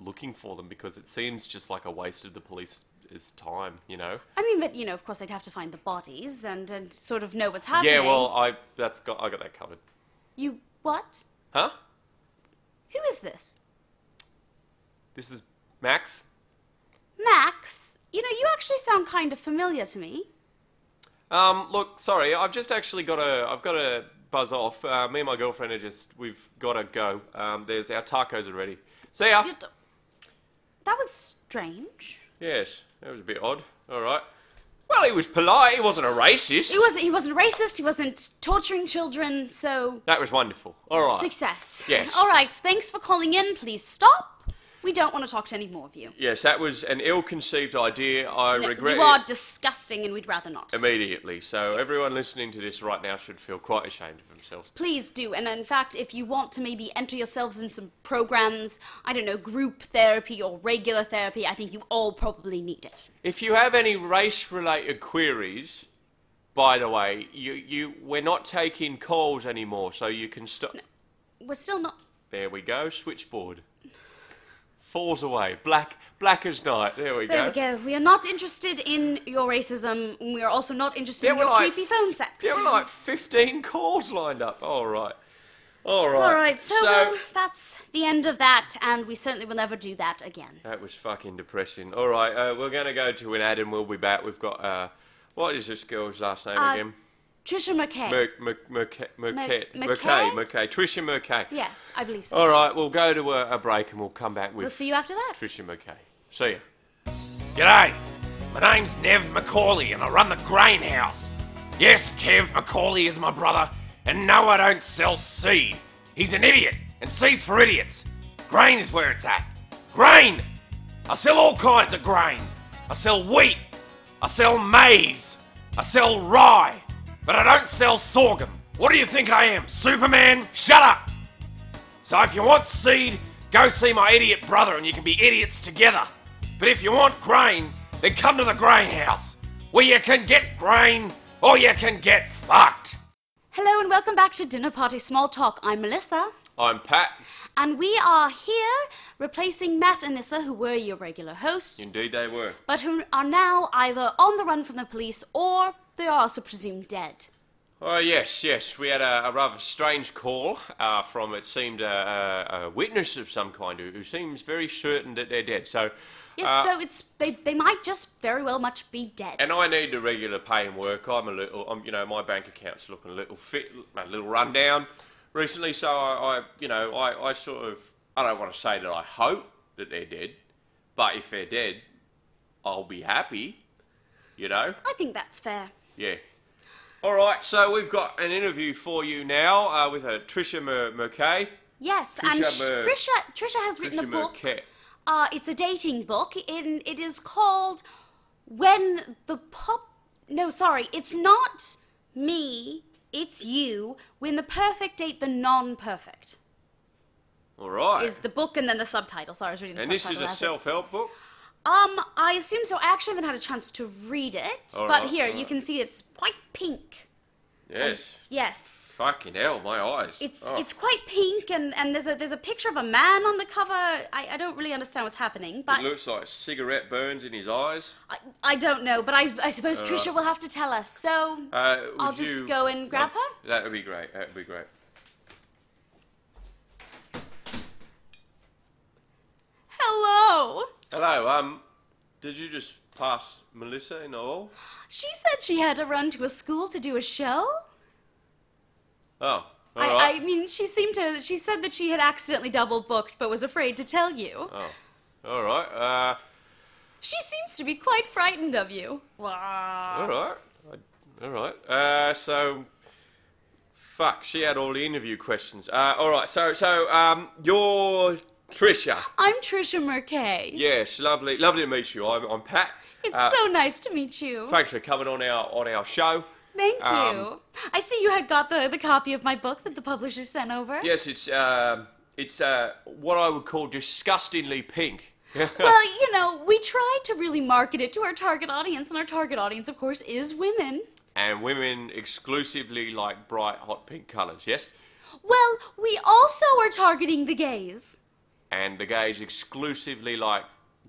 Speaker 1: looking for them because it seems just like a waste of the police's time, you know?
Speaker 2: I mean, but you know, of course, they'd have to find the bodies and and sort of know what's happening.
Speaker 1: Yeah, well, I that's got I got that covered.
Speaker 2: you what?
Speaker 1: Huh?
Speaker 2: Who is this?
Speaker 1: This is Max.
Speaker 2: Max? You know, you actually sound kind of familiar to me.
Speaker 1: Um, look, sorry, I've just actually got a I've got to buzz off. Uh, me and my girlfriend are just we've got to go. Um, there's our tacos are ready. See ya.
Speaker 2: You d- That was strange.
Speaker 1: Yes, that was a bit odd. All right. Well, he was polite. He wasn't a racist.
Speaker 2: He wasn't. He wasn't racist. He wasn't torturing children. So
Speaker 1: That was wonderful. All right.
Speaker 2: success.
Speaker 1: Yes.
Speaker 2: All right. Thanks for calling in. Please stop. We don't want to talk to any more of you.
Speaker 1: Yes, that was an ill-conceived idea. I
Speaker 2: No,
Speaker 1: regret
Speaker 2: you are
Speaker 1: it
Speaker 2: disgusting, and we'd rather not.
Speaker 1: immediately. So everyone listening to this right now should feel quite ashamed of themselves.
Speaker 2: Please do. And in fact, if you want to maybe enter yourselves in some programs, I don't know, group therapy or regular therapy, I think you all probably need it.
Speaker 1: If you have any race-related queries, by the way, you, you we're not taking calls anymore, so you can stop.
Speaker 2: We're still not.
Speaker 1: There we go. Switchboard falls away. Black, black as night. There we
Speaker 2: There
Speaker 1: go.
Speaker 2: we go. We are not interested in your racism. and We are also not interested
Speaker 1: There
Speaker 2: in
Speaker 1: were
Speaker 2: your
Speaker 1: like-
Speaker 2: creepy phone sex.
Speaker 1: There were like 15 calls lined up. All right. All right.
Speaker 2: all right, so, well, that's the end of that, and we certainly will never do that again.
Speaker 1: That was fucking depressing. All right, uh, we're going to go to an ad and we'll be back. We've got, uh, what is this girl's last name
Speaker 2: Uh,
Speaker 1: again?
Speaker 2: Trisha McKay.
Speaker 1: Merc- Merc- Merc- Merc- Mercay,
Speaker 2: Mercay?
Speaker 1: Mercay, Trisha Mercay.
Speaker 2: yes, I believe so.
Speaker 1: All right, we'll go to a, a break and we'll come back
Speaker 2: We'll
Speaker 1: with
Speaker 2: see you after that.
Speaker 1: Trisha Mercay. See ya.
Speaker 3: G'day, my name's Nev Macaulay and I run the grain house. Yes, Kev Macaulay is my brother, and no, I don't sell seed. He's an idiot, and seed's for idiots. Grain is where it's at. Grain! I sell all kinds of grain. I sell wheat. I sell maize. I sell rye. But I don't sell sorghum. What do you think I am, Superman? Shut up! So if you want seed, go see my idiot brother and you can be idiots together. But if you want grain, then come to the grain house, where you can get grain or you can get fucked.
Speaker 2: Hello, and welcome back to Dinner Party Small Talk. I'm Melissa.
Speaker 1: I'm Pat.
Speaker 2: And we are here replacing Matt and Nissa, who were your regular hosts,
Speaker 1: Indeed, they were.
Speaker 2: but who are now either on the run from the police or they are also presumed dead.
Speaker 1: Oh, yes, yes. We had a, a rather strange call uh, from, it seemed, a, a, a witness of some kind who, who seems very certain that they're dead. So,
Speaker 2: Yes, so it's they, they might just very well much be dead.
Speaker 1: Uh, and I need the regular pay and work. I'm a little, I'm, you know, my bank account's looking a little fit, a little rundown recently. So I, I you know, I, I sort of, I don't want to say that I hope that they're dead, but if they're dead, I'll be happy, you know.
Speaker 2: I think that's fair.
Speaker 1: Yeah. All right, so we've got an interview for you now uh, with uh, Trisha Mer- Merkay.
Speaker 2: Yes, and
Speaker 1: Trisha
Speaker 2: sh-
Speaker 1: Mer-
Speaker 2: Trisha Trisha has written
Speaker 1: Trisha
Speaker 2: a book.
Speaker 1: Merkay.
Speaker 2: Uh, it's a dating book. In it is called "When the Pop." No, sorry, it's not me. It's you. When the perfect date the non-perfect
Speaker 1: All right.
Speaker 2: is the book, and then the subtitle. Sorry, I was reading the
Speaker 1: and this is
Speaker 2: subtitle
Speaker 1: a
Speaker 2: as it-
Speaker 1: self-help book.
Speaker 2: Um, I assume so. I actually haven't had a chance to read it,
Speaker 1: All
Speaker 2: but
Speaker 1: right,
Speaker 2: here
Speaker 1: all
Speaker 2: you
Speaker 1: right.
Speaker 2: can see it's quite pink.
Speaker 1: Yes.
Speaker 2: Yes.
Speaker 1: Fucking hell, my eyes.
Speaker 2: It's
Speaker 1: Oh.
Speaker 2: it's quite pink, and, and there's a there's a picture of a man on the cover. I, I don't really understand what's happening, but
Speaker 1: It looks like cigarette burns in his eyes.
Speaker 2: I, I don't know. But I I suppose Trisha will have to tell us. So
Speaker 1: Uh,
Speaker 2: I'll
Speaker 1: would
Speaker 2: just
Speaker 1: you- Oh,
Speaker 2: go and grab her.
Speaker 1: That would be great. That would be great.
Speaker 2: Hello.
Speaker 1: Hello. Um, did you just pass Melissa in the hall?
Speaker 2: She said she had to run to a school to do a show.
Speaker 1: Oh, all right.
Speaker 2: I, I mean, she seemed to. She said that she had accidentally double booked, but was afraid to tell you.
Speaker 1: Oh, all right.
Speaker 2: She seems to be quite frightened of you.
Speaker 1: Uh, all right. I- All right. Uh, so. Fuck, she had all the interview questions. Uh, all right, so so um, you're Trisha.
Speaker 2: I'm Trisha Merkay.
Speaker 1: Yes, lovely, lovely to meet you. I'm, I'm Pat.
Speaker 2: It's
Speaker 1: Uh,
Speaker 2: so nice to meet you.
Speaker 1: Thanks for coming on our on our show.
Speaker 2: Thank you.
Speaker 1: Um,
Speaker 2: I see you had got the, the copy of my book that the publisher sent over.
Speaker 1: Yes, it's um, it's uh, what I would call disgustingly pink.
Speaker 2: Well, you know, we tried to really market it to our target audience, and our target audience, of course, is women.
Speaker 1: and women exclusively like bright hot pink colours, yes?
Speaker 2: Well, we also are targeting the gays.
Speaker 1: And the gays exclusively like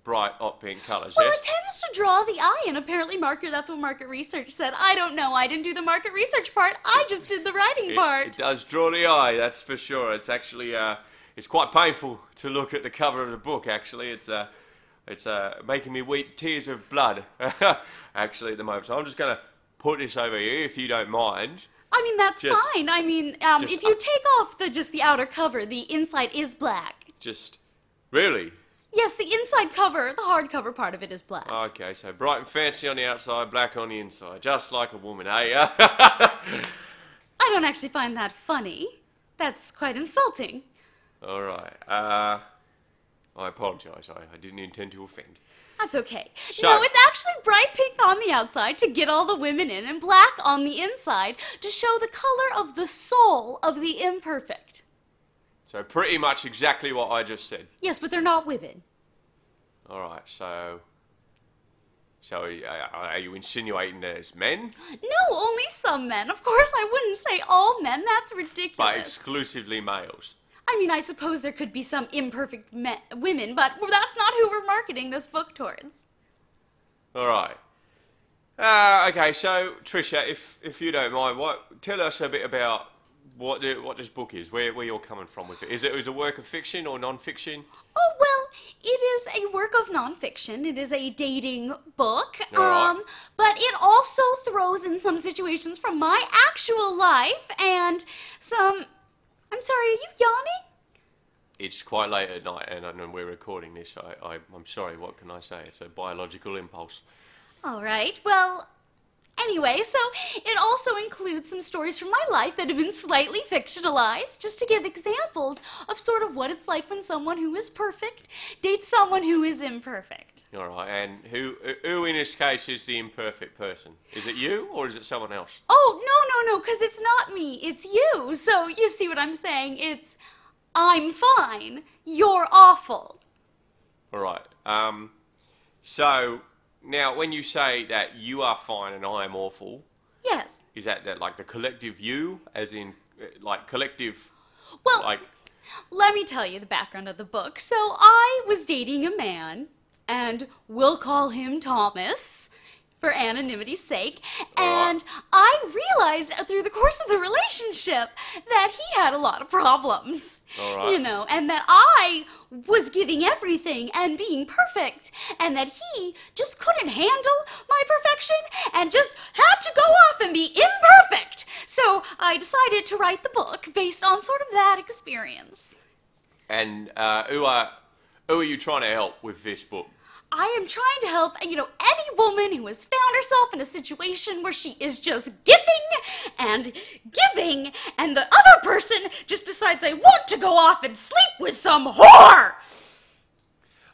Speaker 1: bright hot pink colours,
Speaker 2: Well, it
Speaker 1: yes?
Speaker 2: tends to draw the eye, and apparently, market that's what market research said. I don't know. I didn't do the market research part. I just did the writing
Speaker 1: It-
Speaker 2: part.
Speaker 1: It, does draw the eye, that's for sure. It's actually uh, it's quite painful to look at the cover of the book. Actually, it's uh, it's uh, making me weep tears of blood. actually, at the moment, so I'm just gonna put this over here if you don't mind.
Speaker 2: I mean, that's
Speaker 1: Just-
Speaker 2: fine. I mean, um,
Speaker 1: just-
Speaker 2: if you take off the just the outer cover, the inside is black.
Speaker 1: Just really.
Speaker 2: Yes, the inside cover, the hardcover part of it is black.
Speaker 1: Okay, so bright and fancy on the outside, black on the inside, just like a woman, eh?
Speaker 2: I don't actually find that funny. That's quite insulting.
Speaker 1: All right. Uh, I apologise. I, I didn't intend to offend.
Speaker 2: That's okay.
Speaker 1: Sure.
Speaker 2: No, it's actually bright pink on the outside to get all the women in, and black on the inside to show the color of the soul of the imperfect.
Speaker 1: So pretty much exactly what I just said.
Speaker 2: Yes, but they're not women.
Speaker 1: All right. So, so uh, are you insinuating there's men,
Speaker 2: No, only some men. Of course, I wouldn't say all men. That's ridiculous.
Speaker 1: but exclusively males?
Speaker 2: I mean, I suppose there could be some imperfect men, women, but that's not who we're marketing this book towards.
Speaker 1: All right. Uh, okay. So Trisha, if if you don't mind, what tell us a bit about what the, what this book is, where where you're coming from with it. Is it is it a work of fiction or non-fiction?
Speaker 2: Oh, well, it is a work of nonfiction. It is a dating book.
Speaker 1: All right.
Speaker 2: Um, but it also throws in some situations from my actual life and some. I'm sorry, are you yawning?
Speaker 1: it's quite late at night and, and we're recording this. I, I, I'm sorry, what can I say? It's a biological impulse.
Speaker 2: All right, well. Anyway, so it also includes some stories from my life that have been slightly fictionalized, just to give examples of sort of what it's like when someone who is perfect dates someone who is imperfect.
Speaker 1: All right, and who, who in this case is the imperfect person? Is it you or is it someone else?
Speaker 2: Oh, no, no, no, because it's not me. It's you. So you see what I'm saying? It's, I'm fine. You're awful.
Speaker 1: All right. Um, so now, when you say that you are fine and I am awful,
Speaker 2: Yes.
Speaker 1: is that, that like the collective you, as in uh, like collective,
Speaker 2: Well,
Speaker 1: like
Speaker 2: let me tell you the background of the book. So I was dating a man, and we'll call him Thomas. for anonymity's sake. And I realized through the course of the relationship that he had a lot of problems.
Speaker 1: All right.
Speaker 2: You know, and that I was giving everything and being perfect, and that he just couldn't handle my perfection and just had to go off and be imperfect. So I decided to write the book based on sort of that experience.
Speaker 1: And uh, who are who are you trying to help with this book?
Speaker 2: I am trying to help, you know, any woman who has found herself in a situation where she is just giving and giving, and the other person just decides they want to go off and sleep with some whore.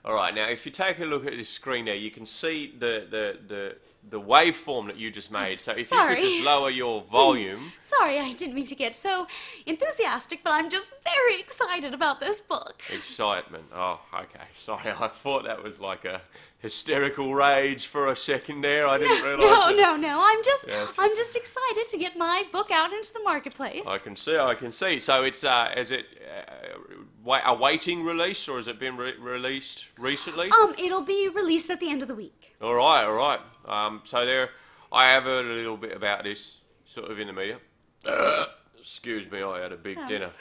Speaker 1: All right, now if you take a look at this screen there, you can see the the the, the waveform that you just made. So if you
Speaker 2: Sorry.
Speaker 1: could just lower your volume.
Speaker 2: Sorry, I didn't mean to get so enthusiastic, but I'm just very excited about this book.
Speaker 1: Excitement. Oh, okay. Sorry, I thought that was like a hysterical rage for a second there. I didn't realise.
Speaker 2: No,
Speaker 1: it.
Speaker 2: no, no. I'm just,
Speaker 1: Yes.
Speaker 2: I'm just excited to get my book out into the marketplace.
Speaker 1: I can see. I can see. So it's uh, is it uh, wait, a waiting release or has it been re- released recently?
Speaker 2: Um, it'll be released at the end of the week.
Speaker 1: All right, all right. Um, so there, I have heard a little bit about this sort of in the media. Excuse me, I had a
Speaker 2: Oh.
Speaker 1: big dinner.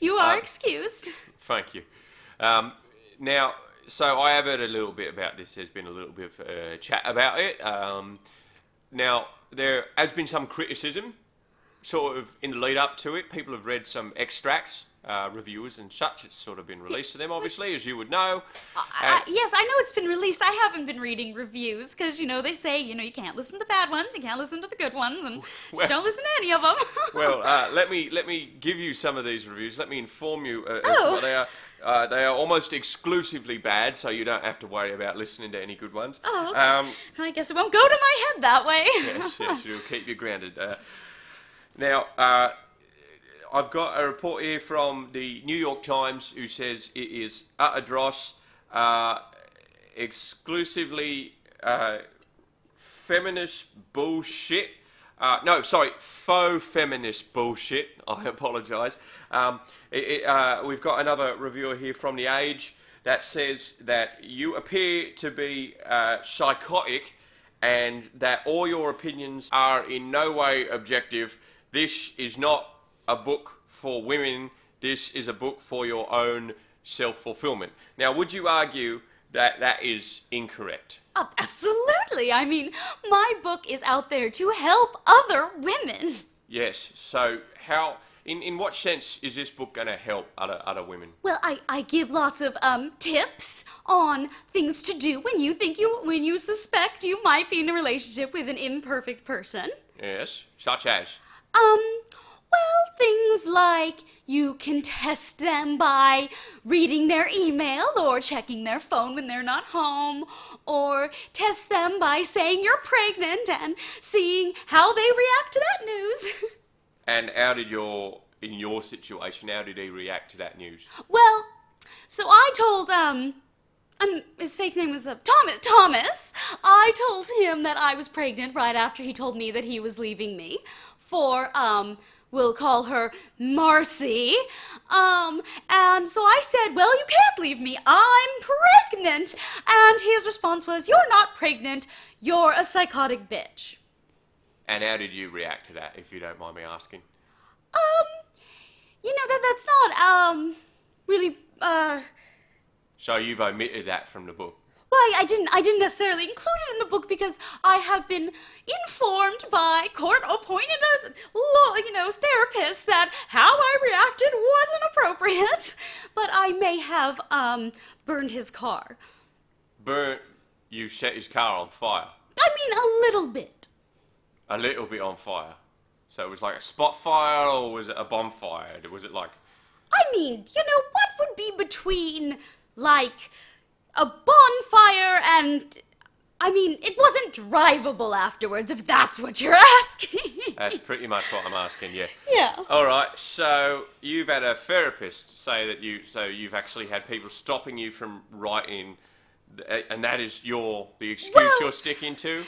Speaker 2: You are excused.
Speaker 1: Thank you. Um, now, so I have heard a little bit about this. There's been a little bit of uh, chat about it. Um, now, there has been some criticism, sort of in the lead up to it. People have read some extracts, uh, reviewers and such. It's sort of been released to them, obviously, as you would know.
Speaker 2: I, yes, I know it's been released. I haven't been reading reviews because you know they say you know you can't listen to the bad ones, you can't listen to the good ones, and
Speaker 1: Well-
Speaker 2: just don't listen to any of them.
Speaker 1: Well, uh, let me let me give you some of these reviews. Let me inform you uh, as to
Speaker 2: Oh.
Speaker 1: what they are. Uh, they are almost exclusively bad, so you don't have to worry about listening to any good ones.
Speaker 2: Oh, okay.
Speaker 1: Um,
Speaker 2: I guess it won't go to my head that way.
Speaker 1: yes, yes, you'll keep you grounded. Uh, now, uh, I've got a report here from the New York Times who says it is utter dross, uh, exclusively uh, feminist bullshit. Uh, no, sorry, faux feminist bullshit. I apologise. Um, it- it, uh, we've got another reviewer here from The Age that says that you appear to be uh, psychotic and that all your opinions are in no way objective. This is not a book for women. This is a book for your own self fulfillment. Now, would you argue that that is incorrect?
Speaker 2: Oh, absolutely. I mean, my book is out there to help other women.
Speaker 1: Yes. So, how, in, in what sense is this book going to help other, other women?
Speaker 2: Well, I, I give lots of um, tips on things to do when you think you when you suspect you might be in a relationship with an imperfect person.
Speaker 1: Yes. Such as?
Speaker 2: Um, well, things like you can test them by reading their email or checking their phone when they're not home, or test them by saying you're pregnant and seeing how they react to that news.
Speaker 1: And how did your, in your situation, how did he react to that news?
Speaker 2: well, so I told, um, um, his fake name was uh, Thomas. Thomas. I told him that I was pregnant right after he told me that he was leaving me for um. We'll call her Marcy. Um, and so I said, Well, you can't leave me. I'm pregnant. And his response was, You're not pregnant. You're a psychotic bitch.
Speaker 1: And how did you react to that, if you don't mind me asking?
Speaker 2: Um, you know, that, that's not, um, really, uh,
Speaker 1: So, you've omitted that from the book.
Speaker 2: Well, I, I didn't. I didn't necessarily include it in the book because I have been informed by court-appointed, uh, law, you know, therapists that how I reacted wasn't appropriate. But I may have um, burned his car.
Speaker 1: Burnt, you set his car on fire.
Speaker 2: I mean, a little bit.
Speaker 1: a little bit on fire. So it was like a spot fire, or was it a bonfire? Was it like
Speaker 2: I mean, you know, what would be between like a bonfire and? I mean, it wasn't drivable afterwards, if that's what you're asking.
Speaker 1: that's pretty much what I'm asking, yeah.
Speaker 2: yeah.
Speaker 1: All right, so you've had a therapist say that you, so you've actually had people stopping you from writing, th- and that is your the excuse
Speaker 2: Well-
Speaker 1: you're sticking to.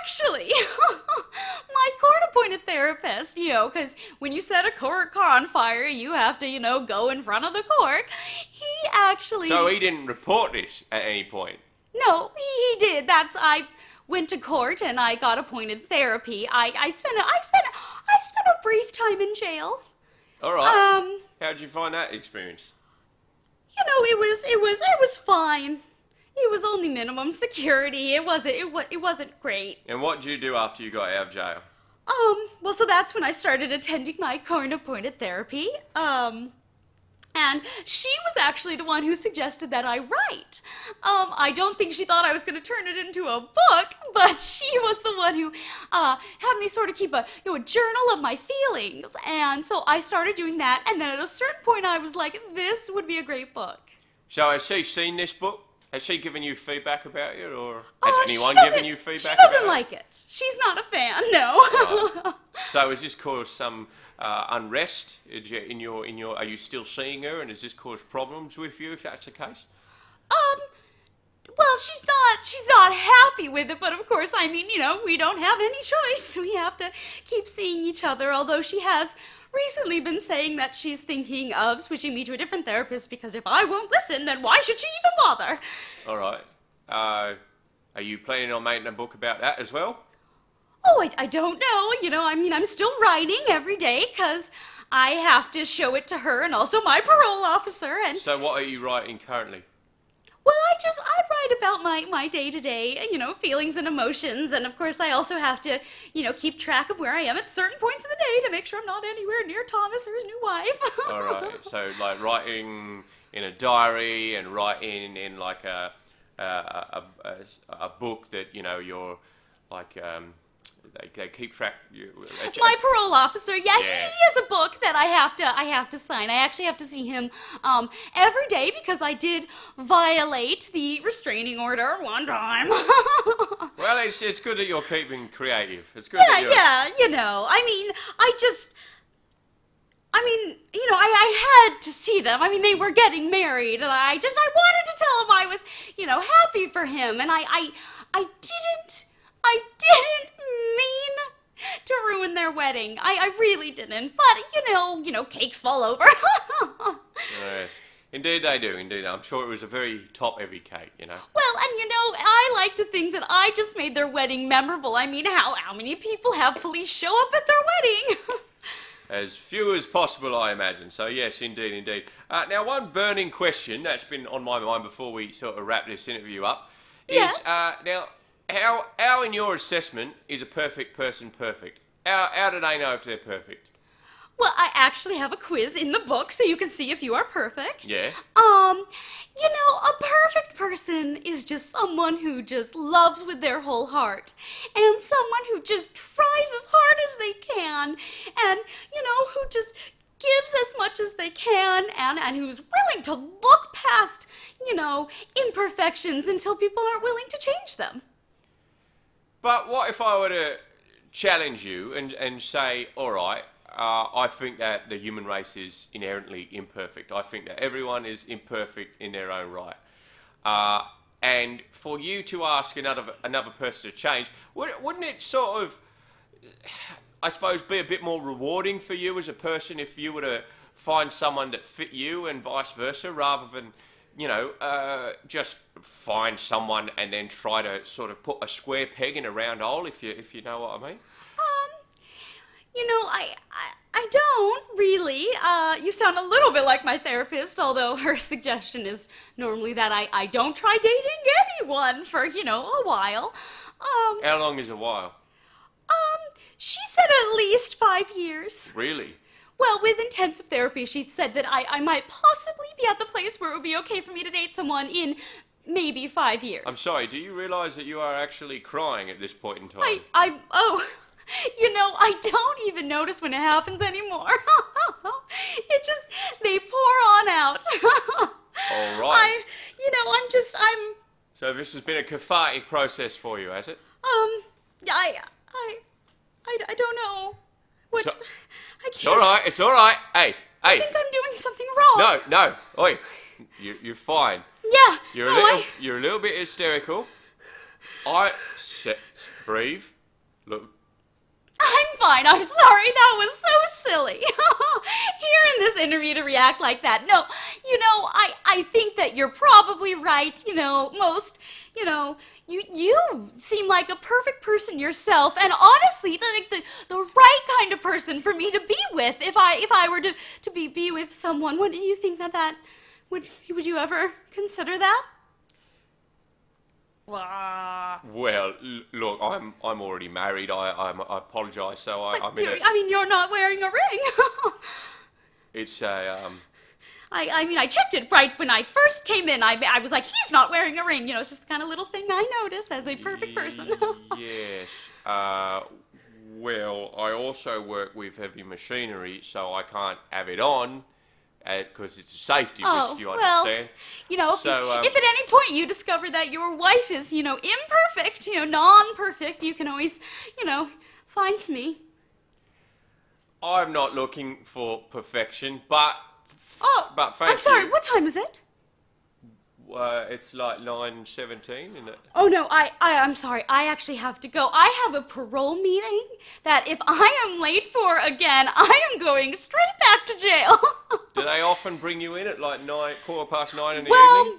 Speaker 2: Actually, my court appointed therapist, you know, because when you set a court car on fire, you have to, you know, go in front of the court. He actually.
Speaker 1: So he didn't report this at any point.
Speaker 2: No, he, he did. That's. I went to court and I got appointed therapy. I, I spent a, I spent a, I spent a brief time in jail.
Speaker 1: All right.
Speaker 2: Um,
Speaker 1: How'd you find that experience?
Speaker 2: you know, it was it was it was fine. It was only minimum security. It wasn't it was it wasn't great.
Speaker 1: And what did you do after you got out of jail?
Speaker 2: Um, well, so that's when I started attending my current appointed therapy. Um, and she was actually the one who suggested that I write. Um, I don't think she thought I was going to turn it into a book, but she was the one who uh, had me sort of keep a you know a journal of my feelings, and so I started doing that. And then at a certain point, I was like, "This would be a great book."
Speaker 1: So has she seen this book? Has she given you feedback about it, or has
Speaker 2: Uh, she
Speaker 1: anyone
Speaker 2: doesn't-
Speaker 1: given you feedback?
Speaker 2: She doesn't
Speaker 1: about
Speaker 2: like it. She's not a fan. No.
Speaker 1: It? So has this caused some uh, unrest Is you- in your in your? Are you still seeing her, and has this caused problems with you? If that's the case,
Speaker 2: Um, well, she's not she's not happy with it, but of course, I mean, you know, we don't have any choice. We have to keep seeing each other, although she has recently been saying that she's thinking of switching me to a different therapist because if I won't listen, then why should she even bother?
Speaker 1: all right. Uh, are you planning on making a book about that as well?
Speaker 2: Oh, I, I don't know. You know, I mean, I'm still writing every day because I have to show it to her and also my parole officer. And
Speaker 1: So what are you writing currently?
Speaker 2: Well, I just I write about my my day to day, you know, feelings and emotions, and of course I also have to, you know, keep track of where I am at certain points of the day to make sure I'm not anywhere near Thomas or his new wife.
Speaker 1: All right. So like writing in a diary and writing in like a a, a, a, a book that you know you're like um, they, they keep track. You,
Speaker 2: My parole officer, yeah,
Speaker 1: Yeah.
Speaker 2: He, he has a book that I have to I have to sign. I actually have to see him um, every day because I did violate the restraining order one time.
Speaker 1: well, it's it's good that you're keeping creative. It's good.
Speaker 2: yeah,
Speaker 1: that you're,
Speaker 2: yeah, you know. I mean, I just. I mean, you know, I, I had to see them. I mean, they were getting married, and I just I wanted to tell him I was, you know, happy for him, and I I I didn't I didn't mean to ruin their wedding. I, I really didn't. But you know, you know, cakes fall over.
Speaker 1: Yes. Indeed, they do. Indeed, I'm sure it was a very top-heavy cake. You know.
Speaker 2: Well, and you know, I like to think that I just made their wedding memorable. I mean, how how many people have police show up at their wedding?
Speaker 1: As few as possible, I imagine. So, yes, indeed, indeed. Uh, now, one burning question that's been on my mind before we sort of wrap this interview up is
Speaker 2: Yes.
Speaker 1: uh, now, how, how in your assessment is a perfect person perfect? How, how do they know if they're perfect?
Speaker 2: Well, I actually have a quiz in the book so you can see if you are perfect.
Speaker 1: Yeah.
Speaker 2: Um, you know, a perfect person is just someone who just loves with their whole heart and someone who just tries as hard as they can and, you know, who just gives as much as they can and and who's willing to look past, you know, imperfections until people aren't willing to change them.
Speaker 1: But what if I were to challenge you and, and say, all right, uh, I think that the human race is inherently imperfect. I think that everyone is imperfect in their own right. Uh, and for you to ask another another person to change, would, wouldn't it sort of, I suppose, be a bit more rewarding for you as a person if you were to find someone that fit you and vice versa, rather than, you know, uh, just find someone and then try to sort of put a square peg in a round hole, if you if you know what I mean.
Speaker 2: Um, you know, I, I, I don't really. Uh, you sound a little bit like my therapist, although her suggestion is normally that I, I don't try dating anyone for, you know, a while. Um,
Speaker 1: How long is a while?
Speaker 2: um, she said at least five years.
Speaker 1: Really?
Speaker 2: Well, with intensive therapy, she said that I, I might possibly be at the place where it would be okay for me to date someone in maybe five years.
Speaker 1: I'm sorry. Do you realise that you are actually crying at this point in time?
Speaker 2: I, I, oh, you know, I don't even notice when it happens anymore. it just, they pour on out.
Speaker 1: All
Speaker 2: I,
Speaker 1: right.
Speaker 2: you know, I'm just, I'm,
Speaker 1: So this has been a cathartic process for you, has it?
Speaker 2: um, I, I, I, I don't know what,
Speaker 1: So-
Speaker 2: I can't,
Speaker 1: It's all right. It's all right. Hey,
Speaker 2: I
Speaker 1: hey.
Speaker 2: think I'm doing something wrong.
Speaker 1: No, no. Oi, you, you're fine.
Speaker 2: Yeah.
Speaker 1: You're
Speaker 2: no,
Speaker 1: a little,
Speaker 2: I,
Speaker 1: you're a little bit hysterical. I se- breathe. Look,
Speaker 2: I'm fine. I'm sorry. That was so silly. here in this interview to react like that. No, you know, I, I think that you're probably right. You know, most, you know, you you seem like a perfect person yourself, and honestly, like the, the right kind of person for me to be with. If I if I were to to be be with someone, would you think that that would would you ever consider that?
Speaker 1: Well, l- look, I'm I'm already married. I I'm, I apologize. So I, I mean,
Speaker 2: You're- I mean, you're not wearing a ring.
Speaker 1: it's a um,
Speaker 2: I, I mean, I checked it right when I first came in. I, I was like, he's not wearing a ring. You know, it's just the kind of little thing I notice as a perfect person.
Speaker 1: Mm. yes. Uh, well, I also work with heavy machinery, so I can't have it on because it's a safety
Speaker 2: oh,
Speaker 1: risk. You
Speaker 2: well,
Speaker 1: understand?
Speaker 2: you know, if,
Speaker 1: So,
Speaker 2: you-
Speaker 1: um,
Speaker 2: if at any point you discover that your wife is, you know, imperfect, you know, non-perfect, you can always, you know, find me.
Speaker 1: I'm not looking for perfection, but
Speaker 2: Oh,
Speaker 1: But
Speaker 2: I'm
Speaker 1: thank
Speaker 2: sorry,
Speaker 1: you.
Speaker 2: what time is it?
Speaker 1: uh, it's like line seventeen, isn't it?
Speaker 2: Oh no, I, I I'm sorry. I actually have to go. I have a parole meeting that if I am late for again, I am going straight back to jail.
Speaker 1: Do they often bring you in at like nine, quarter past nine in the
Speaker 2: Well,
Speaker 1: evening?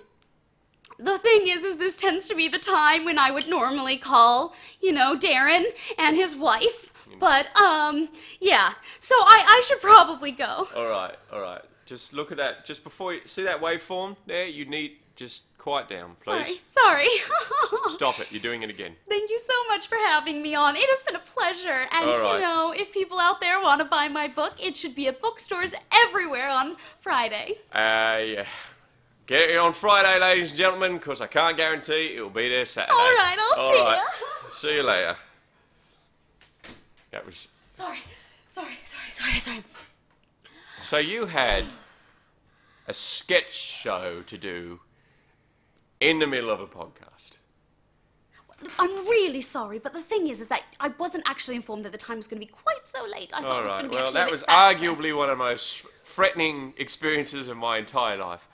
Speaker 2: the thing is, is this tends to be the time when I would normally call, you know, Darren and his wife. But um, yeah. So I I should probably go.
Speaker 1: All right, all right. Just look at that. Just before you see that waveform there, you need just quiet down, please.
Speaker 2: Sorry, sorry.
Speaker 1: Stop it. You're doing it again.
Speaker 2: Thank you so much for having me on. It has been a pleasure. And
Speaker 1: All right.
Speaker 2: you know, if people out there want to buy my book, it should be at bookstores everywhere on Friday.
Speaker 1: Uh, yeah. Get it on Friday, ladies and gentlemen, because I can't guarantee it will be there Saturday.
Speaker 2: All right, I'll see
Speaker 1: ya. See you later. That was.
Speaker 2: Sorry, sorry, sorry, sorry, sorry.
Speaker 1: So you had a sketch show to do in the middle of a podcast.
Speaker 2: I'm really sorry, but the thing is, is that I wasn't actually informed that the time was going to be quite so late. I thought
Speaker 1: All
Speaker 2: it was going
Speaker 1: right.
Speaker 2: to be
Speaker 1: Well,
Speaker 2: actually a
Speaker 1: that
Speaker 2: bit
Speaker 1: was
Speaker 2: faster.
Speaker 1: arguably one of the most threatening experiences of my entire life.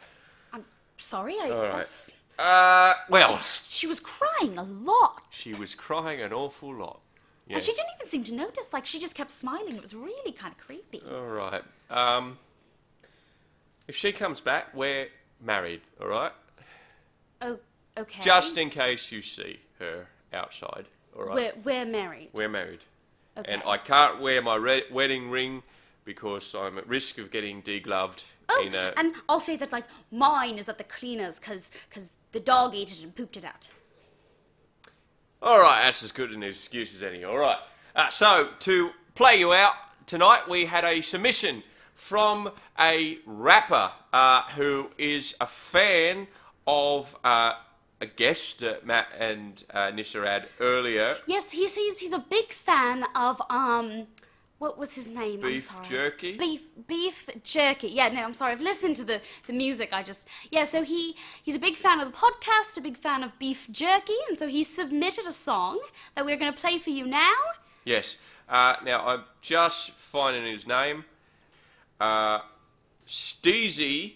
Speaker 2: I'm sorry. I,
Speaker 1: right.
Speaker 2: that's,
Speaker 1: Uh, well,
Speaker 2: she was crying a lot,
Speaker 1: she was crying an awful lot. Yeah.
Speaker 2: and she didn't even seem to notice. Like she just kept smiling. It was really kind of creepy.
Speaker 1: All right. Um, if she comes back, we're married. All right.
Speaker 2: Oh, okay.
Speaker 1: Just in case you see her outside. All right.
Speaker 2: we're, we're married.
Speaker 1: We're married. And
Speaker 2: Okay.
Speaker 1: I can't wear my re- wedding ring because I'm at risk of getting degloved
Speaker 2: oh,
Speaker 1: in a.
Speaker 2: and I'll say that like mine is at the cleaners because the dog ate it and pooped it out.
Speaker 1: All right, that's as good an excuse as any. All right. Uh, so to play you out tonight, we had a submission from a rapper uh, who is a fan of uh, a guest that Matt and uh, Nisha had earlier,
Speaker 2: Yes, he seems he's a big fan of um what was his name? I'm
Speaker 1: Beef
Speaker 2: sorry.
Speaker 1: Jerky?
Speaker 2: Beef beef jerky. Yeah, no, I'm sorry. I've listened to the the music. I just Yeah, so he he's a big fan of the podcast, a big fan of beef jerky, and so he submitted a song that we're going to play for you now.
Speaker 1: Yes. Uh, now I'm just finding his name. Uh, Steezy.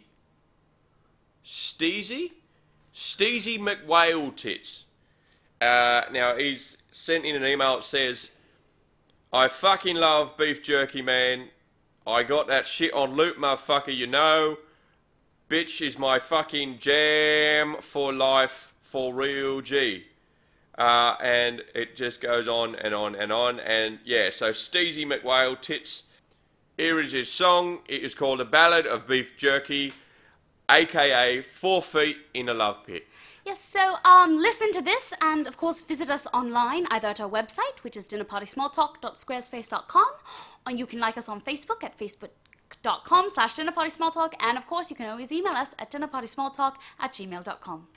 Speaker 1: Steezy. Steezy McWhale tits. Uh, now he's sent in an email. that says, "I fucking love beef jerky, man. I got that shit on loop, motherfucker. You know, bitch is my fucking jam for life, for real, G." Uh, and it just goes on and on and on. And yeah, so Steezy McWhale tits. Here is his song. It is called A Ballad of Beef Jerky, aka Four Feet in a Love Pit.
Speaker 2: Yes, so um, listen to this and of course visit us online either at our website, which is dinnerpartysmalltalk.squarespace.com, or you can like us on Facebook at facebook.com slash dinnerpartysmalltalk, and of course you can always email us at dinnerpartysmalltalk at gmail.com.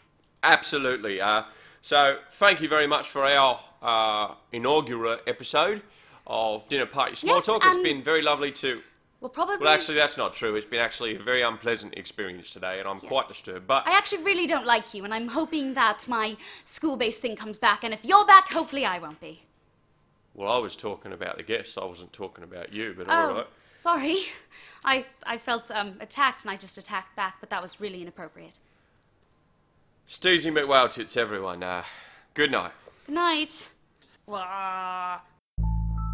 Speaker 1: Absolutely. Uh, so thank you very much for our uh, inaugural episode of Dinner Party Small
Speaker 2: Yes, um, mm.
Speaker 1: Talk.
Speaker 2: and-
Speaker 1: it's been very lovely to.
Speaker 2: Well, probably.
Speaker 1: Well, actually, that's not true. It's been actually a very unpleasant experience today, and I'm quite disturbed. But
Speaker 2: I actually really don't like you, and I'm hoping that my school based thing comes back, and if you're back, hopefully I won't be.
Speaker 1: well, I was talking about the guests. I wasn't talking about you. But
Speaker 2: Oh,
Speaker 1: all right.
Speaker 2: sorry. I, I felt um, attacked, and I just attacked back, but that was really inappropriate.
Speaker 1: Steezy McWhale tits, everyone. Uh, good night.
Speaker 2: Good night.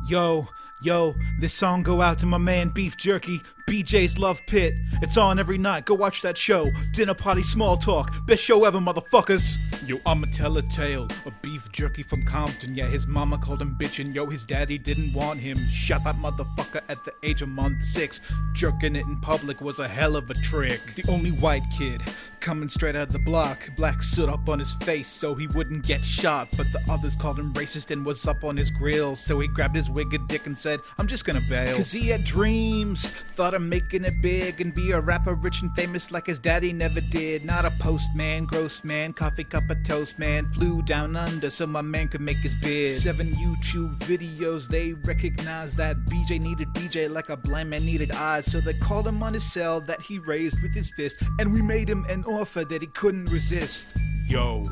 Speaker 5: Yo, Yo, this song go out to my man Beef Jerky, BJ's Love Pit. It's on every night. Go watch that show. Dinner party, small talk, best show ever, motherfuckers. Yo, I'ma tell a tale of Beef Jerky from Compton. Yeah, his mama called him bitch, and yo, his daddy didn't want him. Shot that motherfucker at the age of month six. Jerking it in public was a hell of a trick. The only white kid coming straight out of the block, black soot up on his face so he wouldn't get shot. But the others called him racist and was up on his grill, so he grabbed his wicked dick and said, I'm just gonna bail. Cause he had dreams, thought of making it big and be a rapper rich and famous like his daddy never did. Not a postman, gross man, coffee cup of toast man, flew down under so my man could make his bid. Seven YouTube videos, they recognized that BJ needed BJ like a blind man needed eyes, so they called him on his cell that he raised with his fist, and we made him an offer that he couldn't resist. Yo,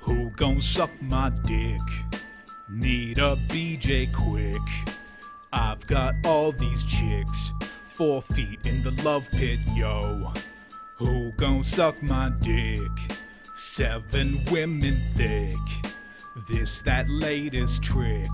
Speaker 5: who gon' suck my dick? Need a BJ quick. I've got all these chicks, four feet in the love pit, yo. Who gon' suck my dick? Seven women thick. This that latest trick.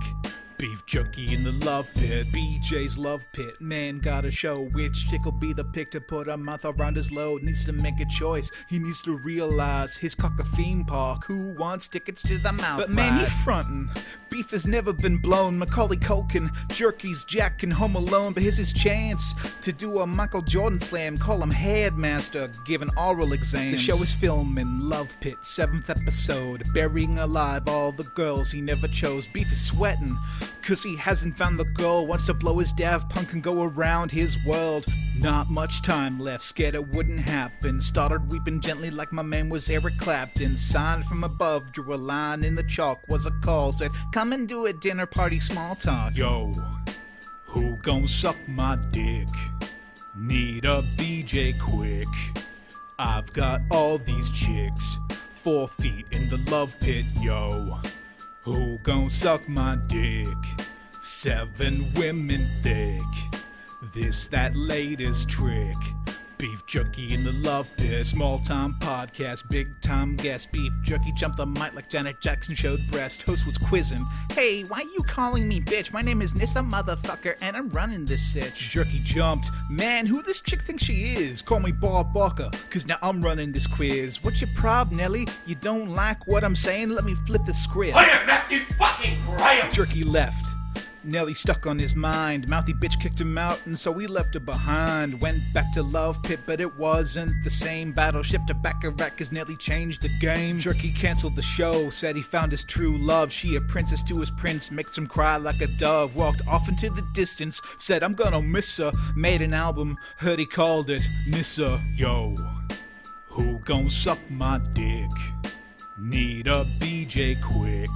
Speaker 5: Beef jerky in the love pit, BJ's love pit. Man got a show which chick will be the pick to put a mouth around his load. Needs to make a choice. He needs to realize his cock a theme park. Who wants tickets to the mouth? But man, he frontin'. Beef has never been blown. Macaulay Culkin, Jerky's Jack and Home Alone, but here's his chance to do a Michael Jordan slam. Call him headmaster, give an oral exam. The show is filming Love Pit, seventh episode, burying alive all the girls he never chose. Beef is sweating, cause he hasn't found the girl. Wants to blow his Daft Punk and go around his world. Not much time left, scared it wouldn't happen. Started weeping gently like my man was Eric Clapton. Sign from above, drew a line in the chalk, was a call, said, Come and do a dinner party small talk. Yo, who gon' suck my dick? Need a BJ quick. I've got all these chicks, four feet in the love pit, yo. Who gon' suck my dick? Seven women thick. This that latest trick. Beef jerky in the love pit. Small time podcast, big time guest. Beef jerky jumped the mic like Janet Jackson showed breast. Host was quizzing. Hey, why you calling me bitch? My name is Nissa motherfucker, and I'm running this sitch. Jerky jumped. Man, who this chick thinks she is? Call me Bob Barker, cause now I'm running this quiz. What's your problem, Nelly? You don't like what I'm saying? Let me flip the script.
Speaker 3: I am Matthew fucking Graham!
Speaker 5: Jerky left. Nelly stuck on his mind. Mouthy bitch kicked him out, and so we left her behind. Went back to Love Pit, but it wasn't the same. Battleship to Baccarat, cause Nelly changed the game. Jerky canceled the show, said he found his true love. She a princess to his prince, makes him cry like a dove. Walked off into the distance, said, I'm gonna miss her. Made an album, heard he called it Nissa. Yo, who gon' suck my dick? Need a BJ quick.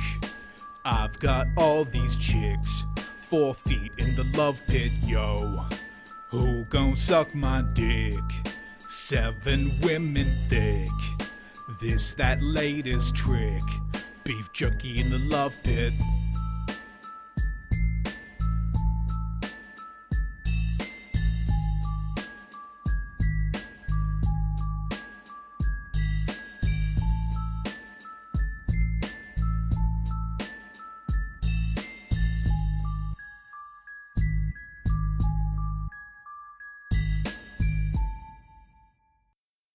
Speaker 5: I've got all these chicks, four feet in the love pit, yo. Who gon' suck my dick? Seven women thick. This that latest trick. Beef jerky in the love pit.